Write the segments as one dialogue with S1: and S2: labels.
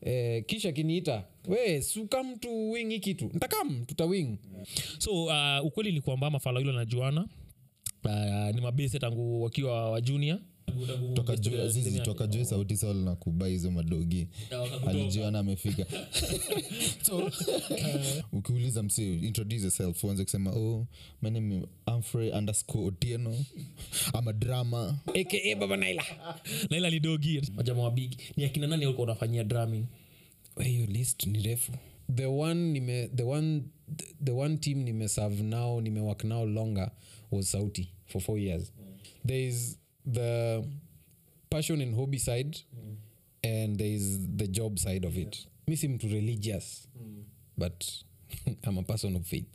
S1: eh, kisha kiniita we sukam tu wing hii kitu ntakam tutawing
S2: so uh, ukweli ni kwamba mafala hilo najuana uh, ni mabese tangu wakiwa wa junior Tangu- tangu-
S3: toka
S2: base
S3: juu
S2: ya-
S3: zizi
S2: ya-
S3: toka juu sauti sol na kubai hizo madogi
S2: Ya, wakakutoka.
S3: alijiona amefika so
S2: Eh.
S3: ukiuliza msee introduce yourself uanze kusema oh my name is Humphrey underscore Otieno I'm a drama
S1: aka baba naila
S2: naila lidogi majama wabigi ni akina nani walikuwa unafanyia drumming
S1: We, hiyo list ni refu the one nime the one the one team nimeserve now nimewak now longer was sauti for four years there is the passion and hobby side and there is the job side of it mi si mtu religious but i'm a person of faith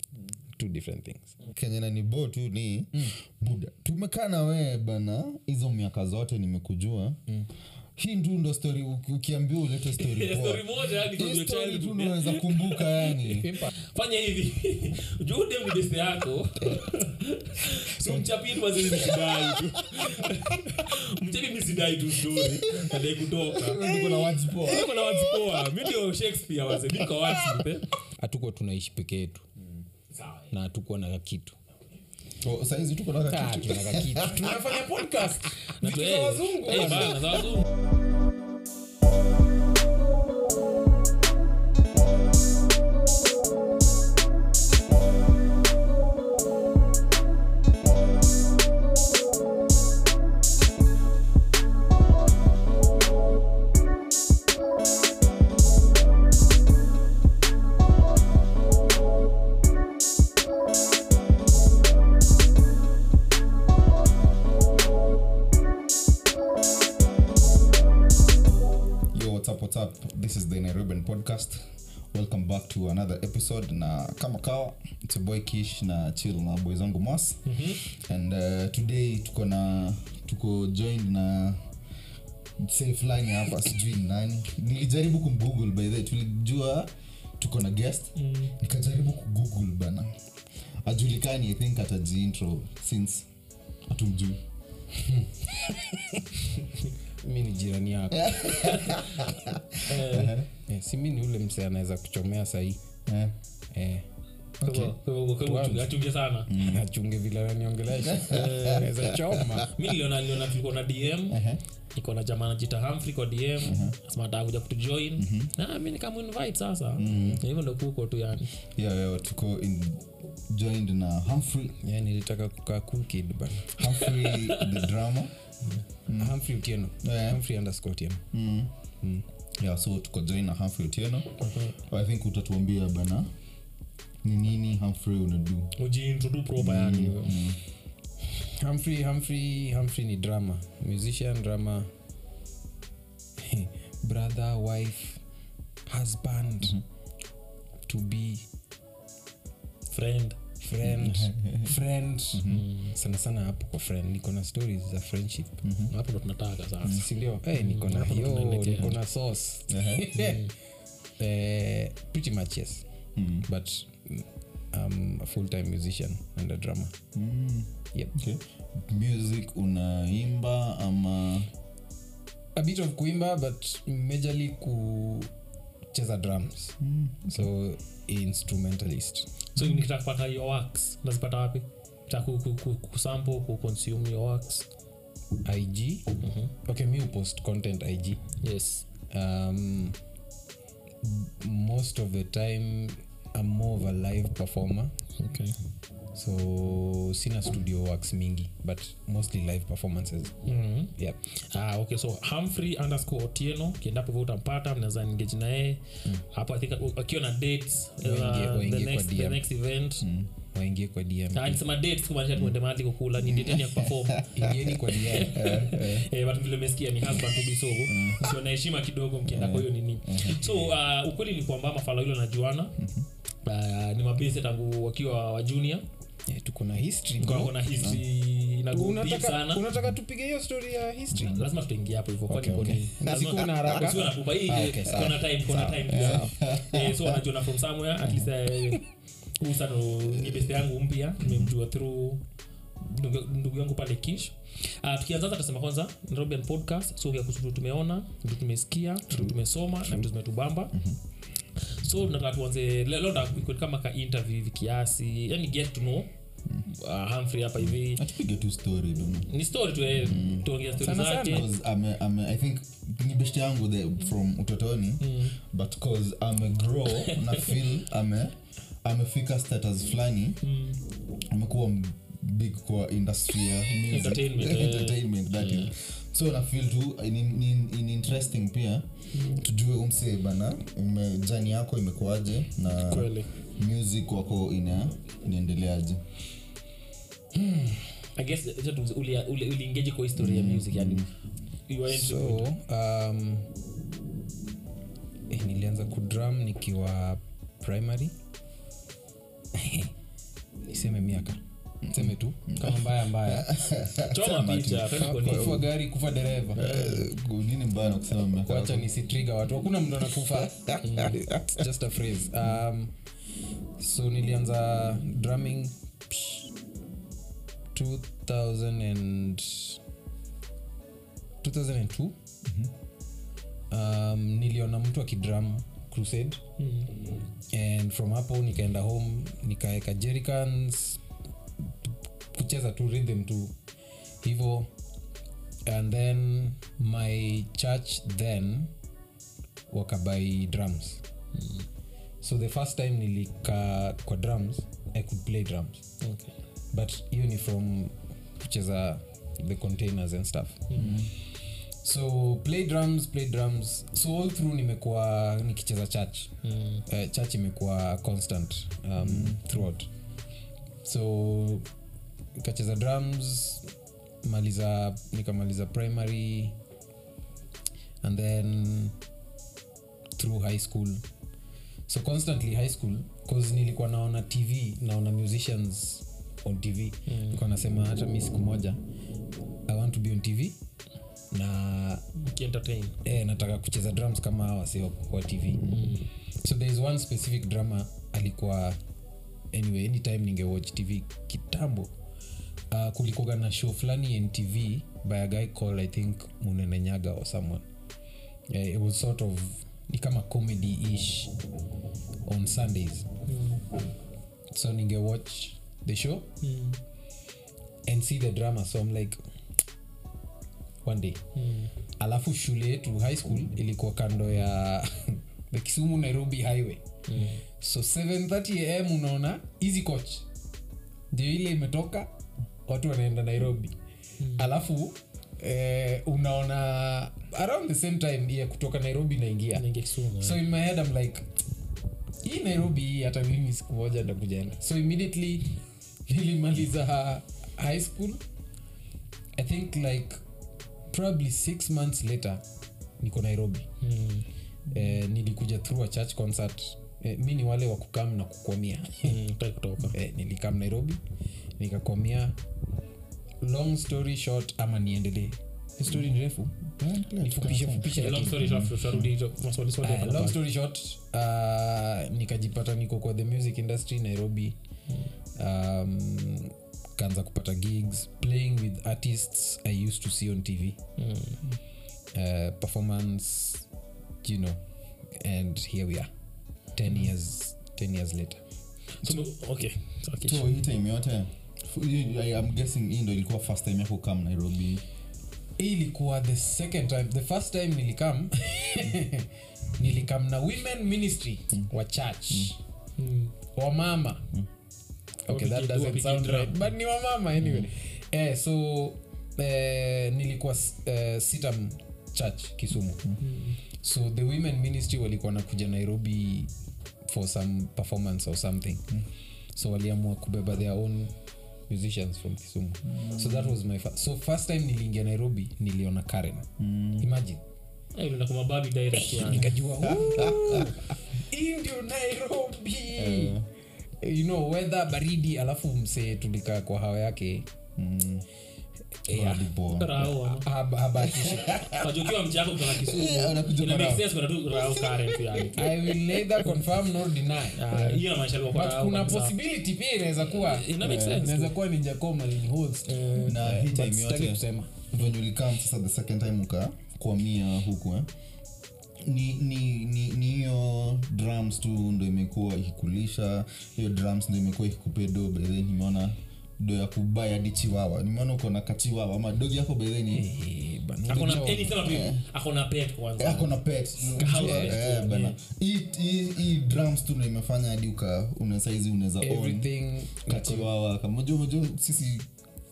S1: two different things
S3: kenye nanibo tu ni
S2: Mm.
S3: buda tumekaa na wewe bana hizo miaka zote nimekujua hii tu ndo story uki- ukiambiwa ulete story poa.
S2: Mm. story moja, yani, from
S3: Hii
S2: your
S3: story tu
S2: childhood,
S3: ndo unaweza kumbuka yani
S2: fanya hivi juude mdese yako so mchapini wazee msidai tu mchapi misidai tu stori adai kutoka
S3: Tuko na words poa.
S2: Niko na words poa mi ndio shakespeare wazee mi niko wordsmith, eh.
S1: hatukuwa tunaishi peke yetu
S2: Sawa, eh.
S1: na hatukuwa na kitu
S3: To- Oh, saizi tuko na
S1: Ah,
S3: kitu.
S1: tunataka kitu tunafanya podcast
S2: Na tu- eh, eh, bana, za wazungu
S3: yo what's up, what's up? this is the nairobian podcast welcome back to another episode na kama kawa it's a boy kish na chill na boy zangu mas and uh, today tuko na tuko joined na say fulani hapa sijui ni nani nilijaribu kumgoogle by the way. tulijua tuko na guest
S2: Mm,
S3: nikajaribu kugoogle bana ajulikani i think atajiintro since atumjui
S1: mi ni jirani yako Eh, si mi ni ule mse anaweza kuchomea sahii
S3: eh.
S1: eh,
S2: Kwa hivyo- kwa hivyo- kwa hivyo
S1: Tuanze. Mm.
S2: achunge sana Eh,
S1: achunge vile ananiongelesha naweza choma
S2: mi niliona niliona tulikuwa na dm iko na jamaa anajita Humphrey kwa dm smata kuja kutujoin
S3: Mm-hmm.
S2: na mi nikamuinvite sasa
S3: Mm.
S2: Na hivyo ndo kuko tu yani
S3: yeah, yeah, tuko in, joined na humphrey
S1: yeah, Eh, nilitaka kukaa cool kid bana
S3: Humphrey the drama
S1: Humphrey Otieno.
S3: Yeah. Mm.
S1: Humphrey underscore Otieno.
S3: yeah, so tuko join na Humphrey Otieno i think utatuambia bana ni nini Humphrey unadu Mm.
S2: ujiintrodu proper yani
S1: Humphrey, Humphrey, Humphrey ni drama musician drama brother wife husband to be
S2: friend Mm.
S1: friend friend sana sana hapo kwa friend niko na stories za friendship
S3: Mm-hmm.
S2: hapo ndo tunataka sasa
S1: sindio hey, niko na
S2: Hapo Uh-huh. ndo
S1: hiyo
S2: tunaelekea.
S1: niko na sauce
S2: Mm.
S1: eh, pretty much yes but mm, I'm a full time musician and a drummer yep.
S3: Mm. okay. music unaimba ama
S1: a bit of kuimba but majorly kucheza drums
S3: mm.
S1: so instrumentalist
S2: so nikitaka kupata hiyo works nazipata wapi Ta ku- ku- ku- kusample kuconsume your works
S1: ig okay mi upost content ig
S2: yes
S1: um, most of the time i'm more of a live performer
S2: okay
S1: so sina studio works mingi but mostly live performances
S2: mm
S1: yep.
S2: Ah, okay so humphrey underscore otieno ukiendapo hivyo utampata mnaweza engage na yeye hapo i think uh, akiwa na dates uh,
S1: Waingie- waingie
S2: the
S1: kwa
S2: next- the
S1: DM.
S2: next event
S1: waingie kwa dm
S2: Ah, nisema dates kumaanisha tuende mahali kukula ni date yani ya kuperform
S1: ingieni kwa Uh, dm
S2: Eh, but vile umesikia ni husband to be so mkiwa na heshima kidogo mkienda kwa hiyo nini so uh, ukweli ni kwamba mafala hilo najuana uh, ni mabese tangu wakiwa wa junior
S1: yeah, tuko na history bro.
S2: kwa na history inago deep
S1: unataka,
S2: sana
S1: unataka tupige hiyo story ya history
S2: lazima tutaingia hapo hivyo kwani
S3: Okay,
S2: koni-
S3: okay.
S1: Mm. Na
S2: lazima-
S1: sikuwa na haraka.
S2: Usiwe na pupa. Hii-
S1: Ah, okay, sawa.
S2: kuna time, kuna time pia. Eh, so wanajiona from somewhere at least eh, huyu sana ni best yangu mpya nimemjua through ndugu- ndugu yangu pale kish uh, tukianzaza tutasema kwanza Nairobian podcast so vya kusutu tumeona vitu tumesikia vitu tumesoma na vitu zimetubamba
S1: Mm-hmm.
S2: so nataka tuanze le- leo nataka ikuwe kama ka interview hivi kiasi yani get to know
S1: Mm.
S2: uh, Humphrey hapa hivi
S3: atupige tu story bwana.
S2: ni story tu eh, tuongea story
S1: Mm. Sana sana.
S2: zake
S3: Cause I'm a, I'm a, I think ni best yangu the, from utotoni
S2: Mm.
S3: but cause amegrow na feel ame amefika status fulani
S1: Mm.
S3: amekuwa m- big kwa industry ya music.
S2: Entertainment, eh.
S3: Entertainment, that is. so na feel tu ni, ni, ni interesting pia tujue umse bana ume- jani yako imekuaje na
S2: Kweli.
S3: music wako ina niendeleaje
S2: I guess acha tuulize, uli- uli- uliingiaje kwa history ya music yani you were into-
S1: Mm. so um, eh, nilianza kudram nikiwa primary niseme miaka seme tu kama mbaya mbaya
S2: choma picha twende kwa nini.
S1: kufa gari kufa dereva
S3: Eh, nini mbaya na kusema miaka yako?
S1: wacha nisitriga watu hakuna mtu anakufa It's just a phrase um, so nilianza drumming psh, 2000 and 2002
S3: Mhm.
S1: um, niliona mtu akidram crusade mm. and from hapo nikaenda home nikaeka jericans kucheza tu rhythm tu hivo and then my church then wakabai drums Mm. so the first time nilika kwa drums i could play drums
S2: Okay.
S1: but hiyo ni from kucheza the containers and stuff mm-hmm. so play drums play drums so all through nimekuwa nikicheza church
S2: Mm.
S1: uh, church imekuwa constant um, mm. throughout so nikacheza drums maliza nikamaliza primary and then through high school so constantly high school bcause nilikuwa naona tv naona musicians on tv mm. nilikuwa nasema hata mi siku moja i want to be on tv na
S2: Mm. Ukientertain.
S1: eh, nataka kucheza drums kama hawa sio kwa tv mm. so there is one specific drama alikuwa anyway anytime ningewatch tv kitambo uh, kulikuga na show fulani ntv by a guy called i think munenenyaga or someone Eh, it was sort of ni kama comedy ish on sundays so ningewatch the show
S2: Mm.
S1: and see the drama so i'm like one day
S2: Mm.
S1: alafu shule yetu high school ilikuwa kando ya the kisumu nairobi highway mm. so 730 am unaona hizi coach ndio ile imetoka watu wanaenda nairobi mm. alafu eh, unaona around the same time ya kutoka nairobi naingia
S2: Naingia Kisumu, eh.
S1: so in my head i'm like hii nairobi hii hata mimi siku moja ndakujana so immediately nilimaliza high school i think like probably six months later niko nairobi
S2: Mm.
S1: eh, nilikuja through a church concert eh, mi ni wale wa kukam na kukwamia
S2: Mm, nataka kutoka.
S1: eh, nilikam nairobi nikakwamia long story short ama niendelee Hii story ni refu
S3: Eh,
S1: nifupishe fupishe
S2: Yeah, long
S1: lakini-
S2: story short, tutarudi hizo maswali swali
S1: Aya,
S2: hapa na
S1: Ah, long story
S2: pale.
S1: short uh, nikajipata niko kwa the music industry nairobi um, kaanza kupata gigs playing with artists i used to see on tv
S2: Mm.
S1: uh, performance you know and here we are 10 years 10 years later
S2: So, me- okay. So, okay,
S3: so
S2: sure.
S3: hii time yote f- hii- I- I'm guessing hii ndo ilikuwa first time yako kam nairobi
S1: hii ilikuwa the second time the first time nilikam nilikam na women ministry wa church
S2: Mm.
S1: wamama okay
S2: Wapige-
S1: that doesn't
S2: wapige
S1: sound
S2: drum.
S1: right but ni wamama anyway eh, so eh, nilikuwa s- eh, sitam church kisumu
S2: Mm.
S1: so the women ministry walikuwa nakuja nairobi for some performance or something so waliamua kubeba their own musicians from kisumu so that was my fa- so first time niliingia nairobi niliona karen imagine
S2: Eh, unaenda kwa mababi
S1: Eh,
S2: direct yani.
S1: nikajua "Ooh, hii ndio nairobi you know weather baridi alafu msee tulikaa kwa hawa yake Yeah.
S2: Rao,
S1: Ah,
S2: ama.
S1: Abatisha.
S2: Kajukiwa mji yako kutoka Kisumu.
S3: Yeah, unakuja
S2: Ina
S3: kwa
S2: make
S3: Rao.
S2: sense kuna tu Rao current yani.
S1: I will neither confirm nor deny.
S2: Ah, hiyo inamaanisha alikuwa
S1: But
S2: Rao
S1: kuna
S2: kabisa.
S1: possibility pia inaweza kuwa
S2: Ina make sense.
S1: inaweza kuwa ni Jacoma ni host.
S3: na hii
S1: But
S3: time
S1: sitaki
S3: yote
S1: kusema.
S3: venye ulikam sasa the second time ukakwamia huku eh? ni ni ni ni hiyo drums tu ndo imekuwa ikikulisha hiyo drums ndo imekuwa ikikupedo bedhe nimeona do ya kubaya hadi chiwawa nimeona uko na kachiwawa ama dogi yako bedhe ni
S1: Eh, bana.
S2: Akona- yani sema tu hivi, akona pet kwanza.
S3: ako na pet
S2: Kahawa
S3: Eh,
S2: pet,
S3: eh, bana.
S2: yeah.
S3: Hii- hii- hii drums tu ndo imefanya hadi uka una saizi unaweza own
S1: Everything
S3: kachiwawa kama unajua unajua sisi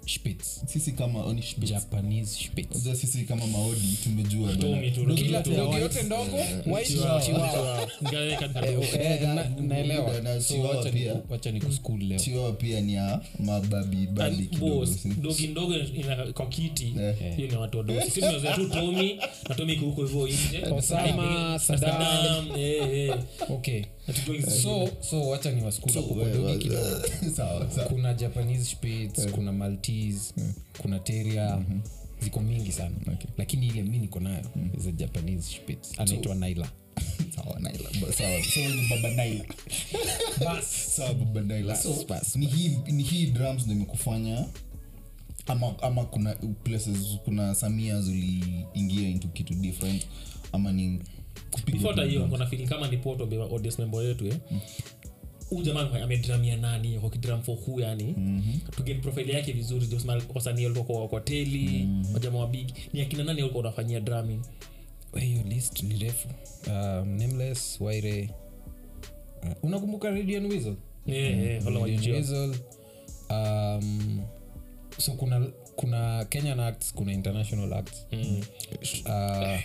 S1: Spitz.
S3: sisi kama oni Spitz.
S1: Japanese Spitz.
S3: Unajua sisi kama maodi tumejua bana.
S2: Tommy tu, unajua
S1: Kila
S2: tu.
S1: dogi yote ndogo, white
S2: Chihuahua.
S1: chihuahua.
S2: Ngaleka ndogo.
S1: Eh, na- naelewa.
S3: na
S1: So
S3: chihuahua
S1: wacha ni-
S3: pia.
S1: wacha ni kuschool leo.
S3: chiwawa pia ni ya mababi babi
S2: And
S3: kidogo
S2: boss,
S3: si?
S2: dogi ndogo ina- kwa kiti
S3: Eh.
S2: hiyo ni watu wadogo sisi tunaweza tu tomi na tomi iko huko hivyo nje
S1: Osama,
S2: Na
S1: Saddam.
S2: Saddam, eh, eh.
S1: Okay.
S2: Na tu doing-
S1: So so wacha ni waskula
S3: Wewe,
S1: popodogi kidogo.
S3: sawa sawa
S1: kuna japanese spitz kuna maltese kuna teria ziko mingi sana
S3: Okay.
S1: lakini ile mi niko nayo is a japanese spitz anaitwa naila
S3: sawa naila Ba- sawa so ni baba naila
S1: bas
S3: sawa baba naila so
S1: Bas,
S3: ni hii ni hii drums ndio imekufanya ama ama kuna places kuna samia ziliingia into kitu different ama ni kupiga
S2: before hata
S3: tu
S2: hiyo
S3: drums.
S2: kuna feeling kama ni poto mbe audience member yetu eh huyu jamaa amedramia nani kwa kidram for who yani
S3: Mhm.
S2: to get profile yake vizuri ndio sema wasanii walikuwa kwa kwa teli
S1: Mm.
S2: wajamaa wa big ni akina nani walikuwa wanafanyia drumming
S1: hiyo list ni refu um, nameless waire uh, unakumbuka radian weasel
S2: eh eh
S1: Radiant
S2: wala wajijua
S1: Weasel. um, so kuna kuna kenyan acts kuna international acts
S2: Mm.
S1: uh,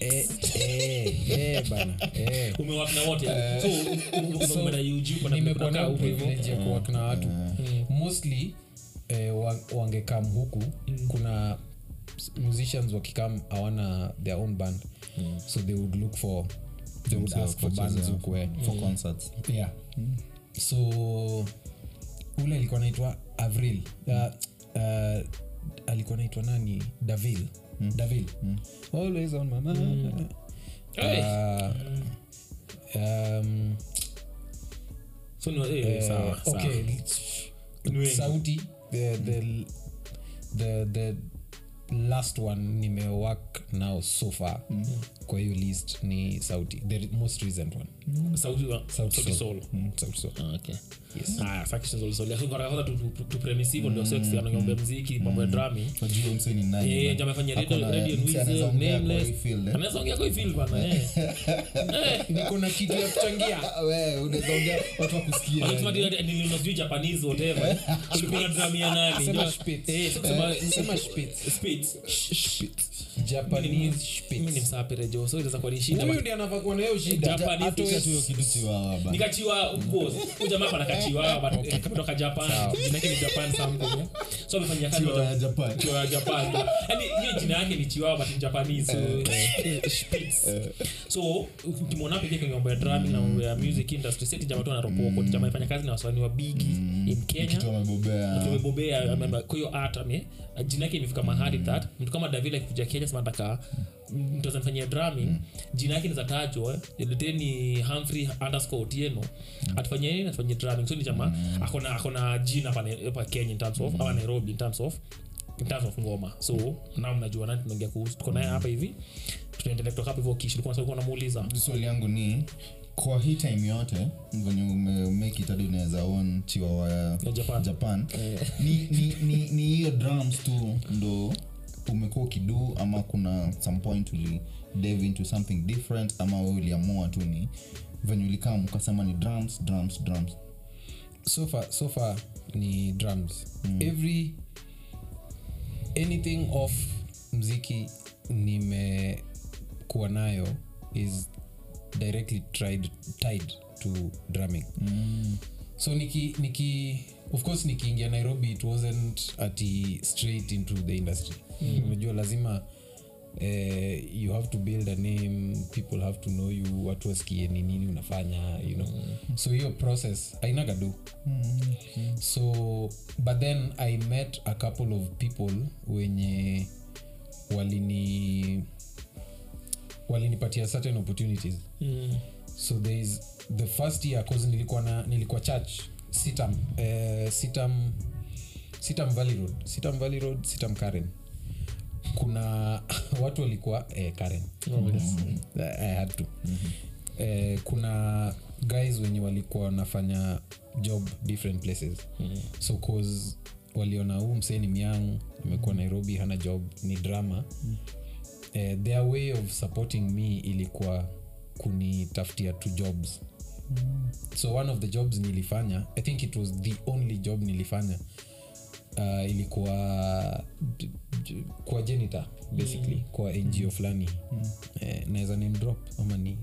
S1: eh, eh, eh, bana eh.
S2: umewakna wote so
S1: so,
S2: umekwenda UG kuna
S1: nimekuwa
S2: kuna
S1: nayo
S2: huko Mm. hivyo.
S1: privilege ya kuwork na watu mostly eh, wa- wangekam huku
S2: Mm.
S1: kuna s- musicians wakikam hawana their own band
S2: Mm.
S1: so they would look for they would ask for bands
S3: Wachezea.
S1: huku eh.
S2: Mm.
S3: for concerts
S1: yeah so ule alikuwa naitwa avril
S2: Mm.
S1: uh, uh, alikuwa naitwa nani davil
S2: Mm.
S1: davil always on my mind
S2: Hey.
S1: Uh, um,
S2: so ni eh,
S1: Eh,
S2: sawa sawa
S1: okay
S2: Ni wengi.
S1: sauti the, the, the, the last one nimewak now so far
S2: Mm.
S1: kwa hiyo list ni sauti the most recent one
S2: sauti wa-
S1: Sauti Ah,
S2: sauti
S1: Sol.
S2: solo
S1: sauti so Mm.
S2: Haya, sasa kisha solo solo. Lakini kwa kwanza tu- tu- tu premise hivyo ndio sexy
S1: Mm.
S2: anaongea muziki mambo ya drumming
S3: najua mseni nani
S2: Eh,
S3: bana.
S2: jamaa afanya
S3: Hakuna,
S2: radio-
S3: eh,
S2: radio
S3: msee
S2: Weasel,
S3: anaweza ongea kwa
S2: Nameless.
S3: hii field, eh.
S2: anaweza ongea kwa hii field bana eh. Eh,
S1: niko na kitu ya kuchangia
S3: Ah, wewe, unaweza ongea watu wakusikia
S1: Eh,
S2: walisema
S3: yani.
S2: ati- ati niliona sijui Japanese whatever. Kulikuwa na drum ya nani,
S1: Sema
S2: jua-
S1: Spitz.
S2: Eh, so kusema-
S1: sema spitz
S2: Spitz.
S1: japanese
S2: Mimi ni
S1: spitz
S2: msaa perejo, so inaweza kuwa ni shida.
S1: Yaani huyu ndi anavakuwa na hiyo shida
S2: Japanese
S1: Hata
S2: spitz.
S1: wewe-
S3: Hiyo kitu chiwawa bana.
S2: nikachiwa boss. Huyu jamaa hapa anakachiwa, but, eh, kutoka Japan. Jina yake ni Japan something, eh. So amefanyia kazi
S3: Chiwawa ya
S2: wata-
S3: Japan.
S2: Chiwawa ya Japan. Yaani, hiyo jina yake ni chiwawa but in Japanese, so, eh, Spitz. so ukimwona pekee kwenye mambo ya drumming na mambo ya music industry seti jamaa tu anaropoko Ni jamaa anafanya kazi na wasanii wa bigi in kenya
S3: Kitu wamebobea.
S2: tumebobea amemba- kwa hiyo art ame jina yake imefika mahali that mtu kama davila akikuja kenya sema nataka mtu azanifanyia drumming jina yake nizatajwa leteni humphrey underscore otieno atufanyia nini atufanyia drumming so ni chama akona akona jina hapa Nai- hapa kenya in terms of ama nairobi in terms of in terms of ngoma so na mnajua nani tunaongea kuhusu tuko naye hapa hivi tunaendelea kutoka hapa hivyo kishi ulikuwa ulikuwa unamuuliza
S3: swali yangu ni kwa hii time yote venye umemeki tadi unaweza on chiwawa ya
S2: Ya Japan. Eh.
S3: japan ni ni- ni- ni hiyo drums tu ndo umekuwa ukidu ama kuna some point uli dive into something different ama we uliamua tu ni venye ulikaa mkasema ni drums drums drums
S1: so far so far ni drums
S3: Mm.
S1: every anything off mziki nimekuwa nayo is directly tried, tied to drumming
S3: Mm.
S1: so niki, niki of course nikiingia e nairobi it wasn't ati straight into the industry unajua lazima eh, you have to build a name people have to know you watu wasikie ni nini unafanya you know so hiyo process ainaga do
S3: Mm.
S1: so but then i met a couple of people wenye walini walinipatia certain opportunities
S2: Mm.
S1: so there is the first year cause nilikuwa na nilikuwa church sitam eh, sitam sitam valley road sitam valley road sitam karen kuna watu walikuwa eh, karen
S2: Mm.
S1: I- i had to
S3: Mm.
S1: eh, kuna guys wenye walikuwa wanafanya job different places
S2: Mm.
S1: so cause waliona huu msee ni myang amekuwa nairobi hana job ni drama eh, their way of supporting me ilikuwa kunitafutia two jobs
S3: Mm-hmm.
S1: so one of the jobs nilifanya i think it was the only job nilifanya uh, ilikuwa j- j- kwa janitor basically mm. kwa ngo fulani mm. eh, naweza name drop ama ni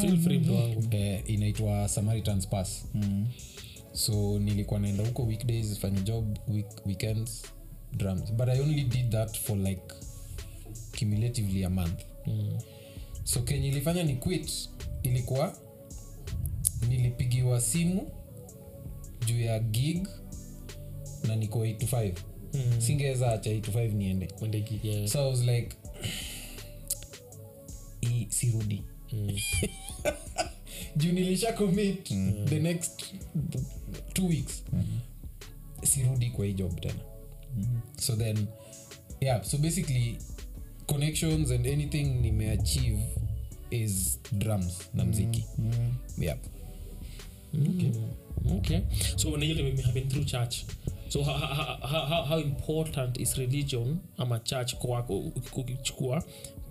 S2: Feel free, mtu wangu.
S1: eh, inaitwa samaritans pass mm. so nilikuwa naenda huko weekdays fanya job week, weekends drums but i only did that for like cumulatively a month
S2: Mm.
S1: so kenye ilifanya ni quit ilikuwa nilipigiwa simu juu ya gig na niko 8 to 5
S2: Mm.
S1: singeweza acha 8 to 5 niende
S2: Mwende gig, yeah.
S1: so i was like "Hii sirudi
S2: Mm.
S1: juu nilisha commit
S2: Mm.
S1: the next two weeks
S2: Mm-hmm.
S1: sirudi kwa hii job tena so then yeah so basically connections and anything nimeachieve is drums na mziki
S2: Mm-hmm.
S1: yeah Mm.
S2: okay so na hiyo ndio we have been through church so how, how, how, how important is religion ama church kwako uki- ukichukua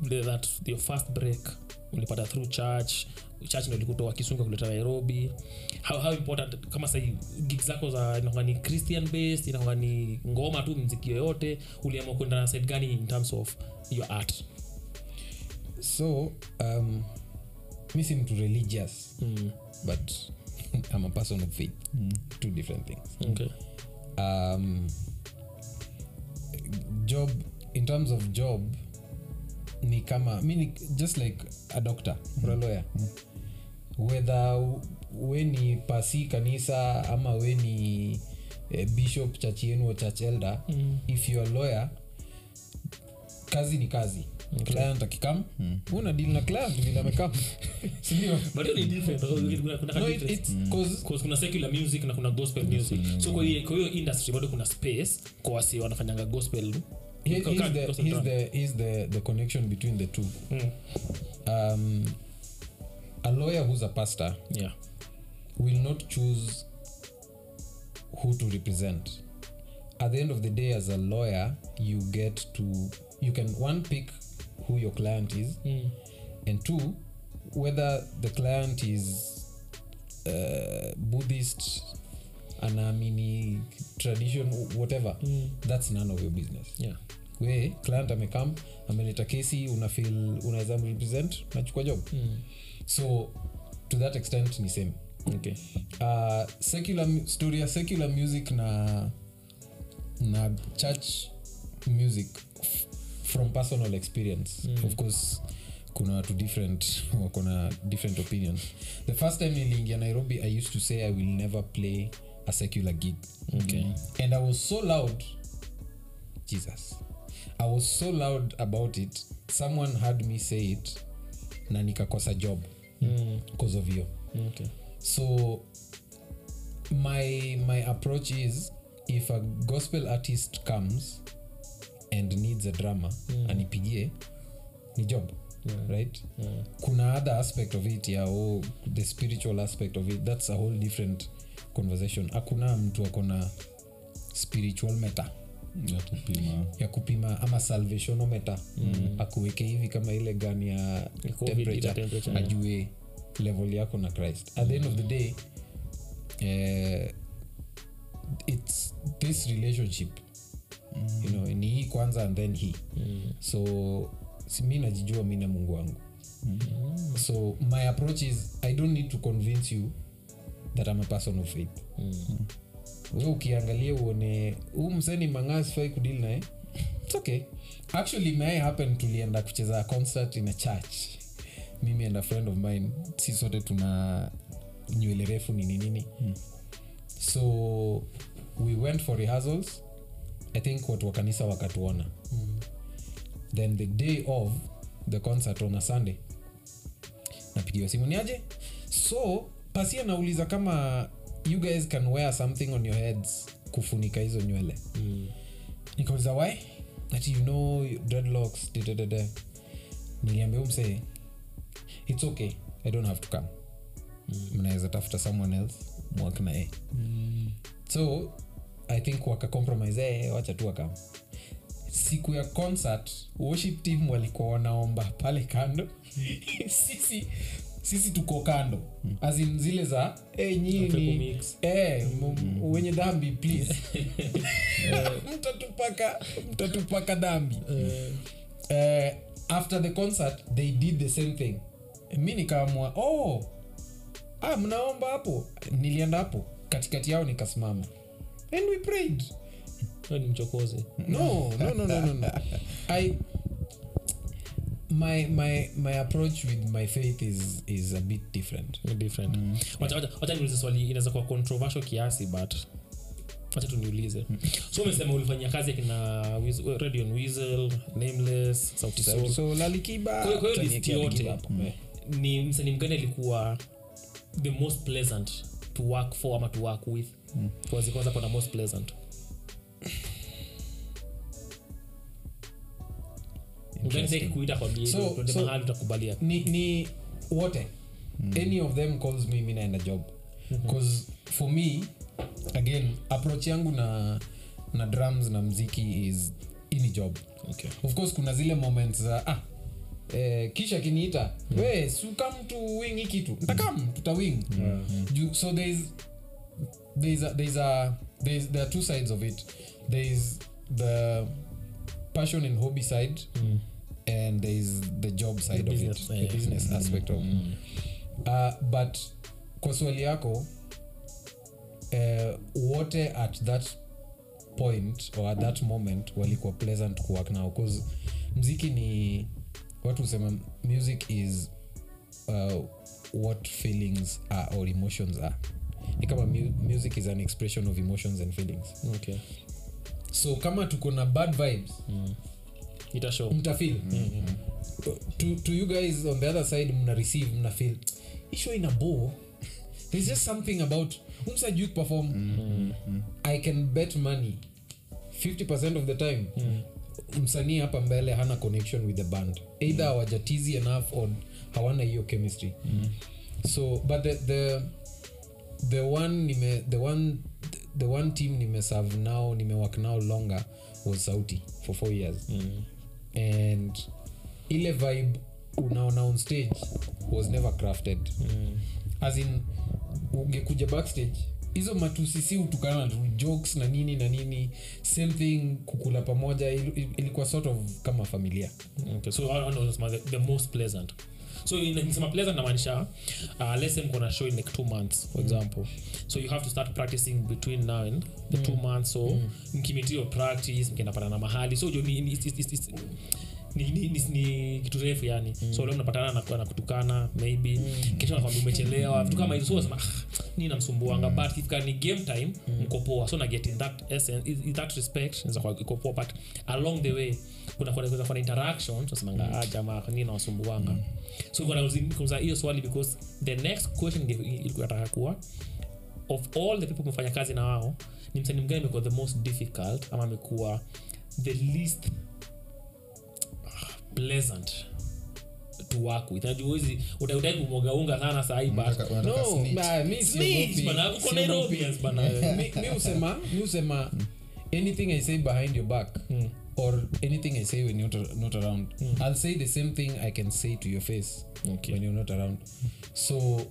S2: the- that your first break ulipata through church church ndio likutoa kisunga kuleta nairobi how, how important kama sai gig zako za inakuwa ni christian based inakuwa ni ngoma tu mziki yoyote uliamua kwenda na side gani in terms of your art
S1: so um, mi si mtu religious
S2: mm.
S1: but i'm a person of faith two different things
S2: okay
S1: um, job in terms of job ni kama mi ni just like a doctor or a lawyer whether u- we ni pasi kanisa ama we ni eh, bishop church yenu or church elder
S2: Mm.
S1: if you are a lawyer kazi ni kazi client akikam una deal na client vile amekam sindio
S2: but hiyo ni different kuna, kuna
S1: Mm. no, it,
S2: difference.
S1: it's, cause
S2: Cause kuna secular music na kuna gospel music so kwa hiyo kwa hiyo industry bado kuna space kwa wasi wanafanyanga gospel
S1: Here-
S2: Kwa-
S1: here's
S2: kwa-
S1: the,
S2: gospel
S1: here's
S2: drum.
S1: the, here's the, the connection between the two
S2: Mm.
S1: um, a lawyer who's a pastor
S2: Yeah.
S1: will not choose who to represent at the end of the day as a lawyer you get to you can one pick who your client is
S2: Mm.
S1: and two whether the client is uh, buddhist anaamini tradition whatever
S2: Mm.
S1: that's none of your business
S2: Yeah.
S1: we client amekam ameleta kesi unafil unaweza mrepresent nachukua job
S2: Mm.
S1: so to that extent ni same
S2: Okay.
S1: uh, secular, mu- story ya secular music na na church music f- from personal experience mm. of course kuna watu different wako na different opinions the first time niliingia nairobi i used to say i will never play a secular gig
S2: Mm.
S1: okay. and i was so loud jesus i was so loud about it someone heard me say it na nikakosa job
S2: Mm.
S1: cause of you
S2: Okay.
S1: so my my approach is if a gospel artist comes and needs a drama mm. anipigie ni job
S2: Mm.
S1: yeah. right yeah. kuna other aspect of it ya oh, the spiritual aspect of it that's a whole different conversation hakuna mtu akona spiritual meta
S3: Yatupima.
S1: ya kupima ama salvationometa mm. akuweke hivi kama ile gani ya
S2: Ya COVID, ile
S1: temperature,
S2: temperature, yeah.
S1: ajue level yako na christ at the end of the day eh, its this relationship you know, ni hii kwanza and then hii
S2: Mm.
S1: so si mi najijua mi na mungu wangu
S2: Mm.
S1: so my approach is i don't need to convince you that i'm a person of faith
S2: Mm.
S1: we ukiangalia uone huu mseni mangaa sifai kudili naye It's okay actually may happen tulienda kucheza concert in a church mimi and a friend of mine si sote tuna nywele refu nini nini hmm. so we went for rehearsals i think watu wa kanisa wakatuona hmm. then the day of the concert on a sunday napigiwa simu ni aje so pasia nauliza kama you guys can wear something on your heads kufunika hizo nywele mm. nikauliza why that you know dreadlocks da, da, da, da. niliambia msee its okay i don't have to come Mm, mnaweza tafuta someone else mwak nae mm. so i think wakacompromise eh, wacha tu wakam siku ya concert worship team walikuwa wanaomba pale kando sisi sisi tuko kando azin zile za hey,
S2: Upepo
S1: nyini
S2: mix."
S1: eh, m- wenye dhambi please mtatupaka mtatupaka dhambi Eh, after the concert they did the same thing mi nikaamua oh ah, mnaomba hapo nilienda hapo katikati yao nikasimama and we prayed
S2: Wewe ni mchokozi
S1: no no no no no, no. i my my my approach with my faith is is a bit different
S2: Ni different
S3: Mm-hmm.
S2: Wacha- wacha- wacha niulize swali inaweza kuwa controversial kiasi but wacha tuniulize
S1: Hmm.
S2: so umesema ulifanyia kazi akina Wiz- radio and weasel nameless sauti Sol.
S1: so lalikiba
S2: Kwa- kwa hiyo
S1: Tanya
S2: list
S1: Kia
S2: yote. Mm.
S1: Likiba hapo.
S2: ni msanii mgani alikuwa the most pleasant to work for ama to work with
S1: Hmm.
S2: tuanze kwanza kwa na most pleasant mgani sasa kuita kwa bibi
S1: So-
S2: tuende
S1: so-
S2: mahali utakubalia
S1: ni, ni wote
S2: Mm.
S1: any of them calls me mi naenda job
S2: Mhm.
S1: bcause for me again approach yangu na na drums na mziki is ini job
S2: okay
S1: of course kuna zile moments za ah, eh, kisha kiniita mm. we sukam to wing hii kitu ntakam tutawing Ju- so thereis thereis a, thereis a, thereis, there are two sides of it thereis the passion and hobby side mm. and thereis the job side
S2: The
S1: of
S2: business,
S1: it
S2: yeah.
S1: the business aspect of mm.
S2: Mm-hmm.
S1: uh, but kwa swali yako uh, wote at that point or at that moment walikuwa pleasant kuwork now bcause mziki ni watu husema music is uh, what feelings are or emotions are ni kama mu music is an expression of emotions and feelings
S2: okay Hmm.
S1: so kama tuko na bad vibes
S2: ita show Hmm.
S1: mtafil to, to you guys on the other side mna receive mna feel isho ina bo there's just something about umsa juu perform i can bet money 50 of the time
S2: Hmm.
S1: msanii hapa mbele hana connection with the band either hawajatizi enough or hawana hiyo chemistry so but the, the the one nime the one the one team nimeserve now nimework now longer was sauti for four years
S2: Hmm.
S1: and ile vibe unaona on stage was never crafted
S2: Hmm.
S1: mm. as in ungekuja backstage hizo matusi si utukana tu jokes na nini na nini same thing kukula pamoja il- il- ilikuwa sort of kama familia
S2: okay so hao ndio wanasema the, the most pleasant so in- nisema pleasant namaanisha uh, let's say mko na show in like two months for example so you have to start practicing between now and the two months so mkimitio practice mkiendapatana mahali so jo ni, ni, it's- it's- it's- ni, ni, ni, ni kitu refu yani so leo mnapatana na, na kutukana maybe kesho nakwambia umechelewa vitu kama hizo so unasema ah, ni namsumbuanga but ifika ni game time mko poa so na get in that essence in in that respect inaweza kuwa iko poa but along the way kuna kuna kuna kuna interaction tunasemanga ah jamaa ni nawasumbuanga so kuna kuuliza hiyo swali because the next question inge- ilikuwa nataka kuwa of all the people umefanya kazi na wao ni msanii mgani amekuwa the most difficult ama amekuwa the least ah, pleasant to work with najua huwezi uta- utaki kumwogaunga sana sahi but
S3: Unataka- unataka
S1: No,
S3: snitch.
S1: ba, mi siogopi-
S2: Snitch, bana, uko
S1: siogopi.
S2: Nairobians, bana.
S1: Mi- mi husema mi husema anything i say behind your back
S2: Mm,
S1: or anything i say when you're not around
S3: Mm.
S1: i'll say the same thing i can say to your face
S2: Ah, Okay.
S1: when you're not around so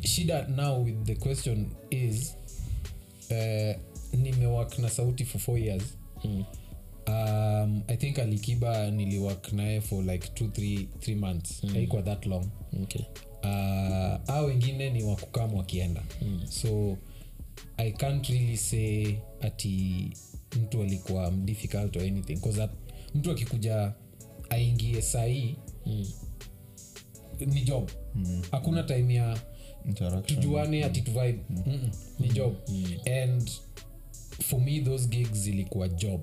S1: shida now with the question is uh, nimewak na sauti for four years
S3: Mm,
S1: um, i think alikiba niliwak naye for like two three, three months haikuwa that long
S3: mm,
S2: okay.
S1: uh, au wengine ni wakukam wakienda mm. so i can't really say ati mtu alikuwa difficult or anything 'Cause that mtu akikuja aingie sahii
S2: Mm.
S1: ni job hakuna time ya
S3: Mm-hmm. Interaction.
S1: tujuane ati tuvibe Mm-mm, ni job
S3: mm.
S1: and for me those gigs zilikuwa job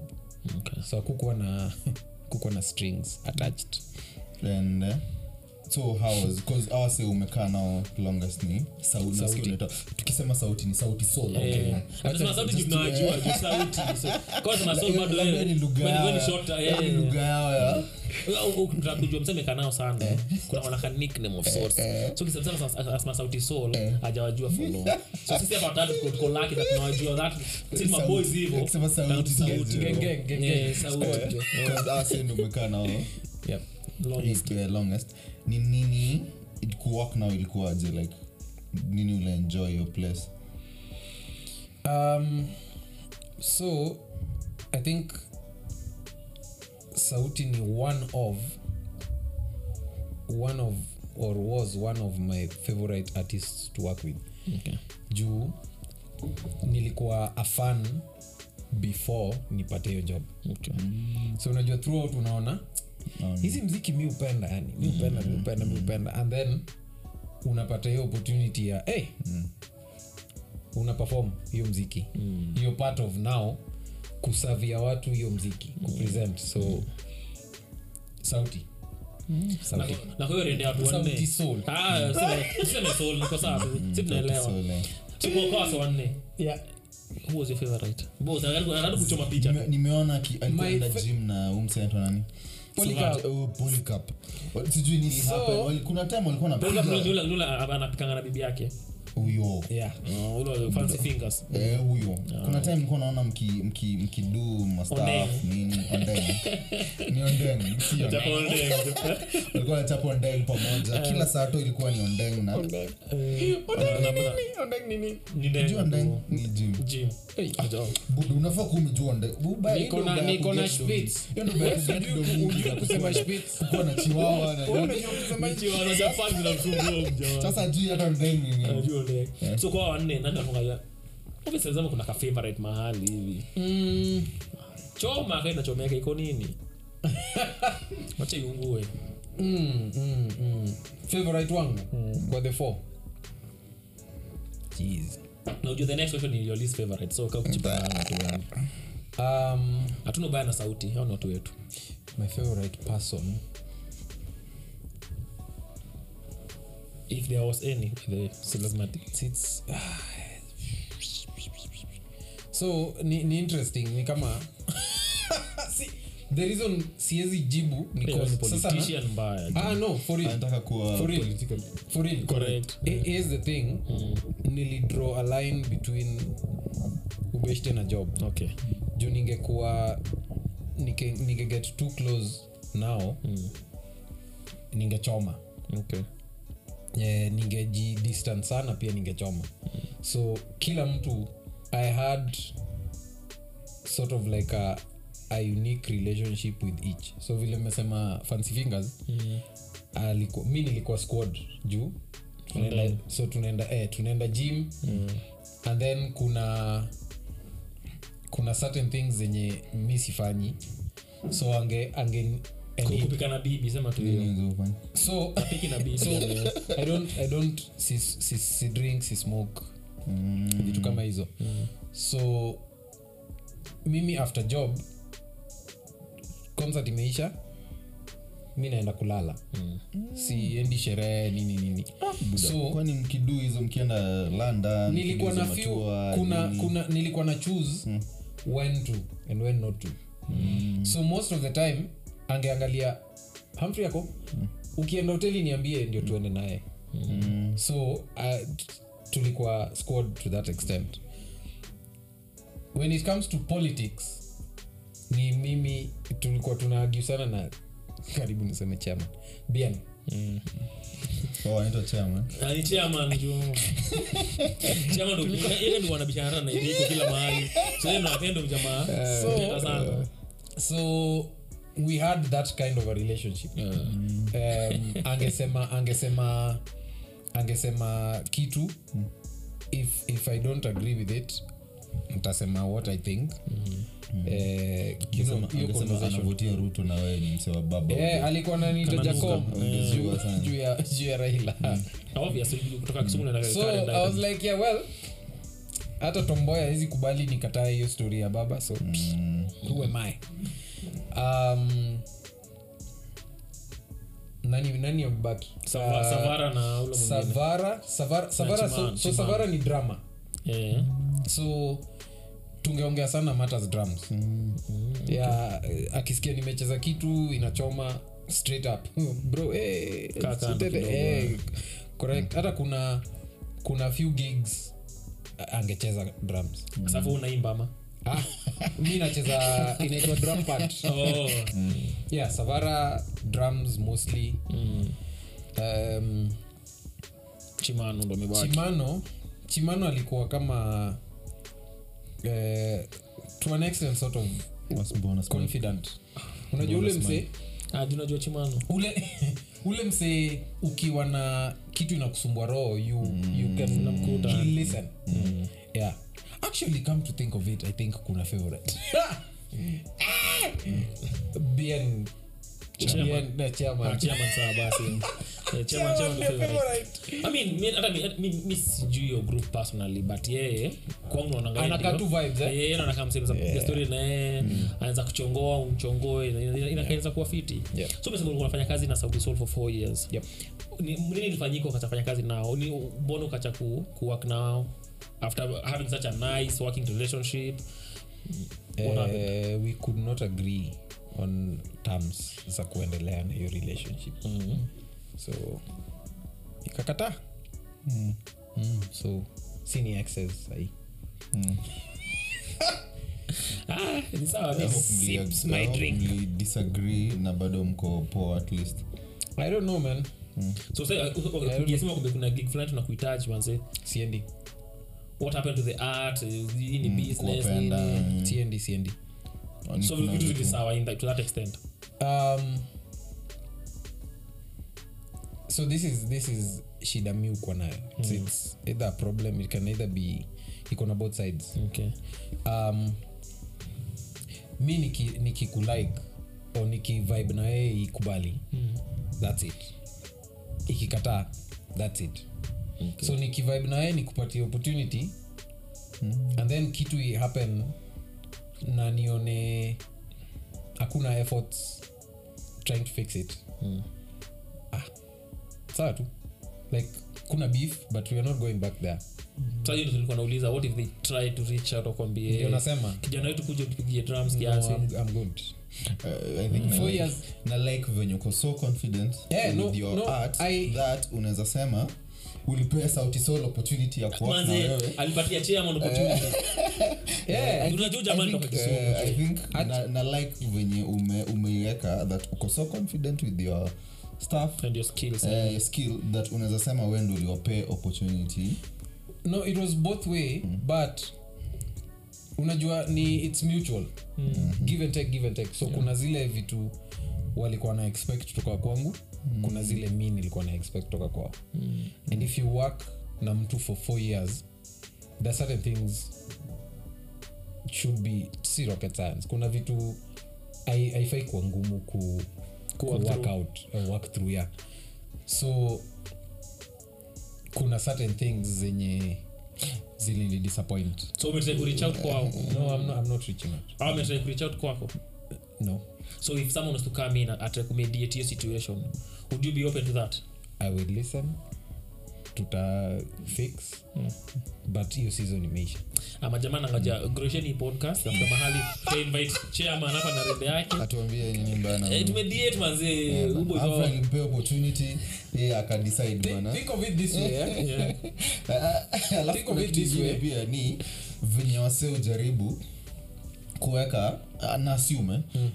S2: Okay.
S1: so kukuwa na kukuwa na strings attached
S3: And, eh, so hows bcause awase umekaa nao longest ni sauti, nasikia
S1: Sauti.
S3: unaitwa- tukisema sauti ni sauti solo
S2: Eh, na tunasema sauti juu tunawajua, juu sauti, so- kwa tunasema bado, eh,
S3: Labda ni lugha
S2: when- when
S3: yao,
S2: short, eh,
S3: labda ni
S2: eh,
S3: Yaani lugha yao ya-
S2: au- au ukitaka kujua mseme kanao sana
S3: Eh.
S2: kuna wanaka nickname of sorts so kisema sana as- asema sauti soul hajawajua for long so sisi hapa watatu tuko- tuko lucky that tunawajua that sisi ma
S3: Sauti.
S2: boys hivyo
S3: Kusema
S2: na
S3: sauti,
S2: sauti
S3: yeah.
S2: genge
S1: Genge, genge.
S2: yeah, sauti
S3: Because awase ndio umekaa nao
S1: yep.
S2: Longest.
S3: Yeah, longest ni nini kuwak nao ilikuwaje like nini ula enjoy your place
S1: um, so i think sauti ni one of one of or was one of my favorite artists to work with
S2: Okay.
S1: juu nilikuwa a fan before nipate hiyo job
S2: Okay. Mm.
S1: so unajua throughout unaona
S3: Um,
S1: hizi mziki mi upenda yani mi upenda mi upenda mi upenda and then unapata hiyo opportunity ya hey,
S3: Mm,
S1: una perform hiyo mziki hiyo part of now kusavia watu hiyo mziki kupresent so sauti
S2: Na-
S1: sauti
S2: na kwa hiyo rende ya watu wanne.
S1: Sauti soul.
S2: Ah, useme- useme soul, niko sawa, si tunaelewa.
S3: so, like,
S2: Tuko kwa wasa wanne.
S1: yeah.
S2: Who was your favorite? Boss, anataka- anataka kuchoma picha.
S3: nime- nimeona aki- alikwenda
S1: fa-
S3: gym na umsenaitwa nani
S1: Polycarp.
S3: So, oh, Polycarp. Wa- sijui nini
S1: So-
S3: happened. Wali- kuna time walikuwa
S2: Yule- yule-
S3: napiga
S2: yule- yule anapikanga na bibi yake
S3: huyo
S1: Yeah.
S2: Yule wa fancy fingers
S3: Eh, huyo kuna time nilikuwa naona mkidu mki, mkidu mastaff
S2: Ondeng.
S3: nini ondeng ni ondeng sio
S2: Chapa ondeng.
S3: walikuwa wanachapa ondeng pamoja kila saa tu ilikuwa ni ondeng na
S2: Ondeng ni nini? Ni ndeng.
S3: Juu ondeng ni gym
S2: Gym.
S3: budu unafaa kumjua nde buba
S1: Niko na- niko na Spitz. Unajua kusema Spitz.
S3: kuwa na chiwawa na-
S2: Nchi wa- wa Japan zinamsumbua mjamaa.
S3: sasa juu hata ndeni
S2: Ah,
S3: ni
S2: juu ondeng. So kwa wanne nani anafunga- Obviously lazima kuna ka favorite mahali hivi
S1: Mm,
S2: choma kaenda choma yake iko nini wacha iungue
S1: mm, mm, mm. favorite wangu kwa the four Jeez.
S2: na ujue the next question is your least favorite so kakuchipana tu yani
S1: um,
S2: hatuna ubaya na sauti hao ni watu wetu
S1: my favorite person
S2: if there was any by the way si lazima ati-
S1: It's- so ni, ni interesting ni kama si, the reason siwezi jibu ni
S2: Because
S1: cause- sasa na-
S2: politician mbaya
S1: ah, no, for real,
S3: anataka kuwa
S1: for real,
S3: political
S1: for real.
S2: Correct. Mm.
S1: He- here's the thing nilidraw a line between ubeshte na job
S2: okay
S1: juu ningekuwa nike- ningeget too close nao
S2: Mm.
S1: ningechoma
S2: okay
S1: eh, ningeji distance sana pia ningechoma so kila mtu i had sort of like a, a unique relationship with each so vile mmesema fancy fingers
S2: Mm.
S1: alikuwa, mi nilikuwa squad juu tunaenda,
S2: Ondeng.
S1: so tunaenda eh, tunaenda gym and then kuna kuna certain things zenye mi sifanyi so ange, ange
S2: Ku-
S1: and
S2: kupika na bibi sema tu hiyo
S3: Nini ufanye?
S1: so
S2: piki na bibi
S1: Mm. so i don't i don't si, si, si drink si smoke
S3: Mm.
S1: vitu kama hizo so mimi after job concert imeisha mi naenda kulala siendi sherehe nini nini so
S3: kwani mkidu hizo mkienda london
S1: nilikuwa na Hmm.
S3: hizo
S1: few
S3: matua,
S1: kuna,
S3: nini?
S1: kuna nilikuwa na choose when to and when not to so most of the time angeangalia hamfrey yako ukienda hoteli niambie ndio tuende naye so uh, t- tulikuwa squad to that extent when it comes to politics ni mimi tulikuwa tunaagiusana na karibu niseme chama bian
S3: Oh, anaitwa chairman.
S2: Na ni Yaani chairman juu chairman ndo yeye ndo wanabishana hata na Iriko kila mahali so yeye ndo apendo mjamaa
S1: So-
S2: Mpenda sana
S1: so we had that kind of a relationship um, angesema angesema angesema kitu if, if i don't agree with it ntasema what i think
S2: Mm-hmm.
S1: Eh, hizo-
S3: Angesema-
S1: hiyo
S3: angesema
S1: conversation.
S3: anavutia ruto na wewe ni msewa baba
S1: Eh, alikuwa nanitaja
S2: Kananuka.
S1: com
S3: Mm.
S1: Eh, juu- juu ya- juu ya raila
S2: Na obviously, kutoka kisumu unaenda
S1: so
S2: Mm. Karen
S1: i was
S2: Diamond.
S1: like yeah well hata tomboy awezi kubali nikataa hiyo story ya baba so
S2: Mm.
S1: psh,
S3: Mm.
S1: who am I? um, nani nani amebaki
S2: Sava-
S1: Ah,
S2: savara na ule mwingine.
S1: savara savara, savara so, so
S2: Chimam- Chimam.
S1: savara ni drama
S2: Eh.
S1: so tungeongea sana matters drums
S3: Mm.
S1: ya eh, akisikia nimecheza kitu inachoma straight up bro eh,
S2: Kaa kando
S1: sutele,
S2: kidogo, Hmm.
S1: eh, correct hata kuna kuna few gigs a- angecheza drums
S2: Sasa unaimba ama
S1: ah, mi nacheza inaitwa drum part
S2: Oh.
S1: yeah savara drums mostly
S2: Mm.
S1: um,
S2: chimano ndo amebaki
S1: chimano chimano alikuwa kama eh, to an extent sort of confident unajua ule msee
S2: Ah, juu unajua chimano
S1: ule ule msee ukiwa na kitu inakusumbua roho you, you can you listen Mm. yeah actually come to think of it i think kuna favorite bien bien na
S2: Ah,
S1: chama
S2: chairman sawa basi Eh, chairman, chairman ndo favorite. I mean, mi- hata mi- hata mi- mi sijui hiyo group personally but yeye kwangu naonanga yeye
S1: Anakaa
S2: ndio-
S1: tu vibes, eh?
S2: Eh, yeye naonakaa msee mza kupiga story na yeye anaanza kuchongoa umchongoe ina- ina- inaanza kuwa fiti
S1: Yeah.
S2: so umesema ulikuwa unafanya kazi na Sauti Sol for four years
S1: Yep.
S2: Ni- nini ilifanyika ukachafanya kazi nao ni mbona ukacha ku, ku work nao after having such a nice working relationship What happened?
S1: Eh, we could not agree on terms za kuendelea na hiyo relationship
S2: Mhm.
S1: so ikakataa mm. so sini access sahii
S3: Mm.
S1: Eh,
S2: ah, ni sawa mimi.
S1: Sips my drink.
S3: disagree na bado mko poa at least
S1: i don't know man
S2: so say, uh, uh,
S1: Yeah.
S2: ukisema kumbe kuna gig fulani tunakuhitaji manze
S1: siendi
S2: what happened to the art Is- hii ni business
S3: kuwapenda,
S2: nini
S3: mm.
S1: siendi siendi
S3: Yaani
S2: so
S3: kuna
S2: vitu
S3: vitu-
S2: vilisawa in that, to that extent
S1: um, so this is this is shida mi ukwa nayo It's- it's either a problem it can either be iko na both sides
S2: okay
S1: um, mi niki- nikikulike o nikivibe na yeye ikubali
S2: Hmm.
S1: thats it ikikataa thats it okay. so nikivibe na yeye nikupatie opportunity mm. and then kitu i- happen na nione hakuna efforts trying to fix it
S2: Mm.
S1: ah, sawa tu like kuna beef but we are not going back there
S2: sasa hiyo ndio tulikuwa nauliza what if they try to reach out
S1: ndio
S2: wakwambie
S1: nasema
S2: kijana wetu kuja tupigie drums
S1: no,
S2: kiasi
S1: I'm, I'm good
S3: Uh, I think na
S1: Four
S3: like-
S1: years.
S3: na like venye uko so confident
S1: Mm. Yeah,
S3: with
S1: no,
S3: your
S1: no,
S3: art
S1: I-
S3: that unaweza sema ulipea sauti sol opportunity ya kuwork na
S2: manze
S3: wewe Eh.
S2: alipatia chairman opportunity
S1: yeah,
S2: unajua jamani
S3: I
S2: toka
S3: think,
S2: Kisumu
S3: uh, I think na, na like venye ume- umeiweka that uko so confident with your stuff
S2: and your skills
S3: eh, your skill that unaweza sema we ndo uliwapea opportunity
S1: no it was both way mm. but unajua ni its mutual
S2: Hmm.
S1: mm. give and take give and take so yeah. kuna zile vitu walikuwa na expect kutoka kwangu mm. kuna zile mi nilikuwa na expect kutoka kwao mm. and if you work na mtu for four years there are certain things should be si rocket science kuna vitu hai- haifai kuwa ngumu ku, ku
S2: work
S1: work
S2: through.
S1: out uh, work through yeah so kuna certain things zenye zilini disappoint
S2: so umetry ku reach out kwao
S1: no i'm not, I'm not reaching out
S2: au umetry ku reach out kwako
S1: no
S2: so if someone was to come in and atry ku mediate your situation would you be open to that
S1: i will listen tuta fix
S2: Mm.
S1: but hiyo season imeisha
S2: ama jamaa nangaja
S3: Hmm.
S2: grosheni podcast after mahali tuinvite chairman hapa na rende yake
S3: Hmm. atuambie nini mbana
S2: Eh, tumediate manze ubo
S3: Afra
S2: ikawa
S3: alimpea opportunity yeye akadecide bana
S1: think of it this way eh?
S2: yeah
S3: Eh, alafu
S1: Think of
S3: kuna
S1: it
S3: kitu
S1: this
S3: ingine
S1: way.
S3: pia ni venye wase ujaribu kuweka ah, na asiume
S2: Hmm.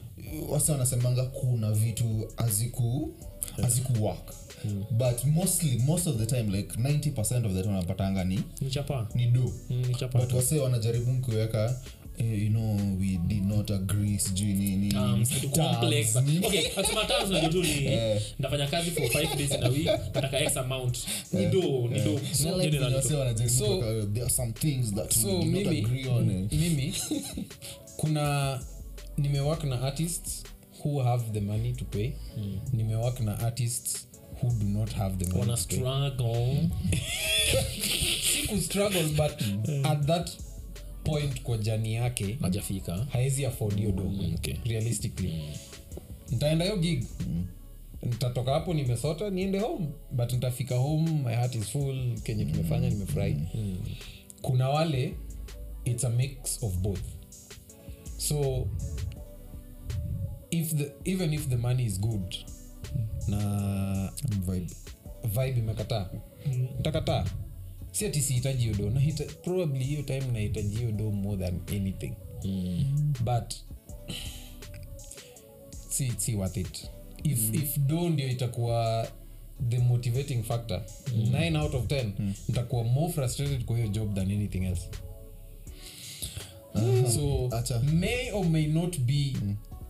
S3: wase wanasemanga kuna vitu aziku aziku work
S2: Hmm.
S3: but mostly most of the time like 90 of the time wanapatanga ni
S2: nichapa
S3: ni do
S2: nichapa
S3: but wase wanajaribu kuweka eh, you know we did not agree sijui nini
S2: Um, kitu
S3: Tabs.
S2: complex. Okay, akisema terms unajua tu ni,
S3: Eh.
S2: nitafanya kazi for five days in a week nataka x amount ni do ni do
S3: So
S2: So
S3: Eh. like
S2: general
S3: when you
S2: tu.
S3: say wanajaribu
S1: So-
S3: kuweka, there are some things that we
S1: so
S3: did not
S1: mimi
S3: agree on,
S2: Hmm.
S3: eh.
S1: mimi kuna nimework na artists who have the money to pay
S3: Hmm.
S1: mm. nimework na artists who do not have the money
S2: wana
S1: to pay.
S2: struggle
S1: Si kustruggle but
S2: Mm.
S1: at that point kwa jani yake
S2: hajafika Mm,
S1: haezi afford hiyo do
S2: okay. Mm.
S1: realistically nitaenda hiyo gig nitatoka hapo nimesota niende home but nitafika home my heart is full kenye tumefanya
S2: Mm.
S1: nimefurahi kuna wale it's a mix of both so if the, even if the money is good
S2: Mm.
S1: na
S3: Vibe.
S1: vibe imekataa
S2: Mm.
S1: ntakataa si ati sihitaji hiyo do nahita, probably hiyo time nahitaji hiyo do more than anything
S3: Mm.
S1: but si, si worth it if,
S3: Mm.
S1: if do ndio itakuwa the motivating factor
S3: Mm.
S1: 9 out of 10 nitakuwa more frustrated kwa hiyo job than anything else so
S3: Uh-huh. Acha. Mm.
S1: may or may not be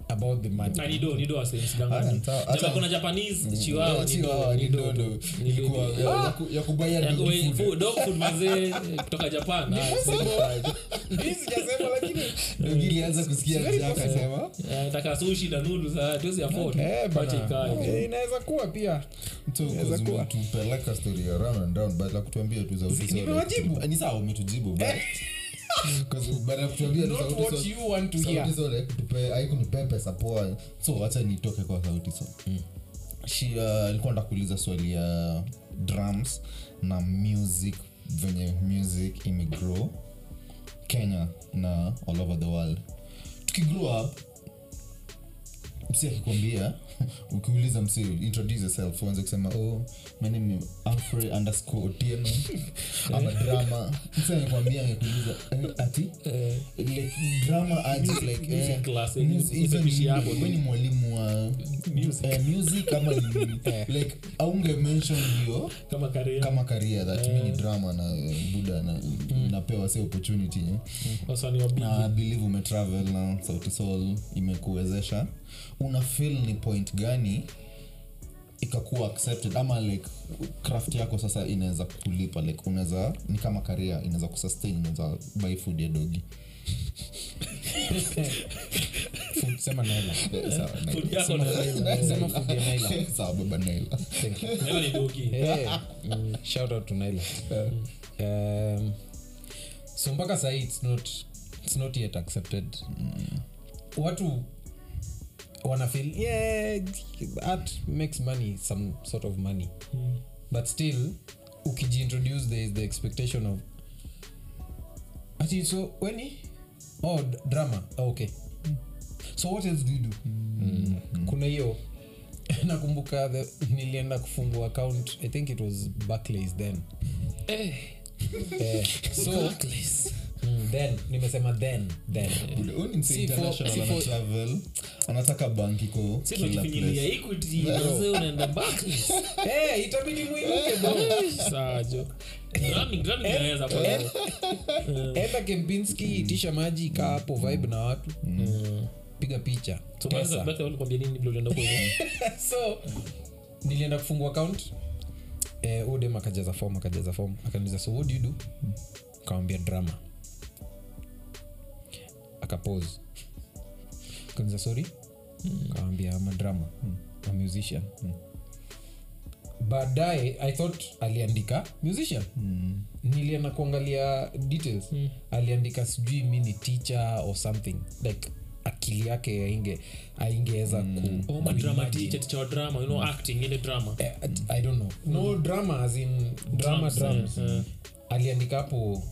S1: about the money
S2: Na ni do ni do asensi
S3: Haya, sawa. Acha-
S2: kuna japanese
S3: Yeah,
S2: chihuahua, ni
S3: chihuahua,
S2: do ni
S3: Yaani ni
S2: do
S3: dodo.
S2: do
S3: Ilikuwa ya- ya ku- ya kubuy a dog
S2: Yakuwe-
S3: food.
S2: fu- dog food mazee kutoka japan Ah,
S1: Mimi sijasema lakini
S3: Dogi ilianza kusikia
S1: Very
S3: njaa
S1: possible.
S3: akasema,
S2: Eh, nataka sushi na noodles, ah, tuwezi afford.
S1: Eh, bana.
S2: Wacha ikae.
S1: Eh, inaweza kuwa pia
S3: So,
S1: Inaweza
S3: cause
S1: kuwa.
S3: umetupeleka story ya round and round, but la kutuambia tu za uti sorry.
S1: nimewajibu.
S3: Eh, ni sawa, umetujibu, but- Cause, but la kutuambia tu za
S1: not
S3: uti
S1: what
S3: sorry.
S1: you want to hear
S3: sauti sole kutupe- haikunipea pesa poa so wacha nitoke kwa sauti sole She, uh, alikuwa nataka kuuliza swali ya drums na music venye music imegrow kenya na all over the world tukigrow up msi akikwambia ukiuliza msi introduce yourself uanze kusema oh my name is Humphrey underscore Otieno ama drama msi anakwambia anakuuliza eh, ati
S2: Eh,
S3: like drama aje like eh,
S2: music class, eh,
S3: mus- hizo ni-
S2: imepishi hapo.
S3: wewe ni mwalimu wa
S2: Music. Eh.
S3: eh, music ama ni- like aunge mention hiyo
S2: kama career.
S3: kama career that mi ni drama na eh, buda na
S2: Hmm.
S3: napewa se opportunity eh.
S2: Wasanii wa big.
S3: na I believe umetravel na sauti sol imekuwezesha una feel ni point gani ikakuwa accepted ama like craft yako sasa inaweza kulipa like unaweza ni kama karia inaweza kusustain unaweza buy food ya dogi
S1: Food, sema naila
S3: Eh, sawa,
S2: Food
S3: naila.
S2: yako na
S1: Naila, sema food ya naila
S3: Mm. sawa baba naila
S1: Thank you.
S2: Nayo ni dogi.
S1: Eh, mm, shout out to naila um, so mpaka sahii it's not, it's not yet accepted watu wanafeel yeah art makes money some sort of money
S2: Mm.
S1: but still ukijiintroduce there is the expectation of ati so weni oh d- drama oh, okay so what else do you do
S3: Mm.
S1: kuna hiyo nakumbuka the, nilienda kufungua account i think it was Barclays then
S2: Eh,
S1: Eh, so Mm, then nimesema then then
S3: Buda, huyu ni msee
S1: Si for-
S3: international,
S1: si for-
S3: anatravel, anataka banki ko
S2: si
S3: kila
S2: tunajifinyilia
S3: place.
S2: Equity, mazee unaenda Barclays.
S1: Eh, itabidi muinuke bro
S2: Eh, sajo. Grammy- Grammy
S1: Eh.
S2: inaweza kwa leo.
S1: enda kempinski itisha maji kaa hapo vibe na watu piga picha
S2: Hmm. So,
S1: Tesa.
S2: Barclays walikwambia nini vile ulienda huko hivyo?
S1: so nilienda kufungua account eh, udem akajaza fom akajaza fom akaniza so what do you do akawambia drama akapose akaniza sorry akawambia ama drama a musician baadaye i thought aliandika musician
S3: Mm.
S1: nilienda kuangalia details aliandika sijui mi ni teacher or something like akili yake ainge aingeweza ku
S2: Oh, ma drama
S1: kuimagine.
S2: teacher, teacher wa drama, you know,
S1: Mm.
S2: acting, ile drama.
S1: Eh, at- i don't know no drama as in drama
S2: Drums, eh,
S1: drums,
S2: eh.
S1: aliandika hapo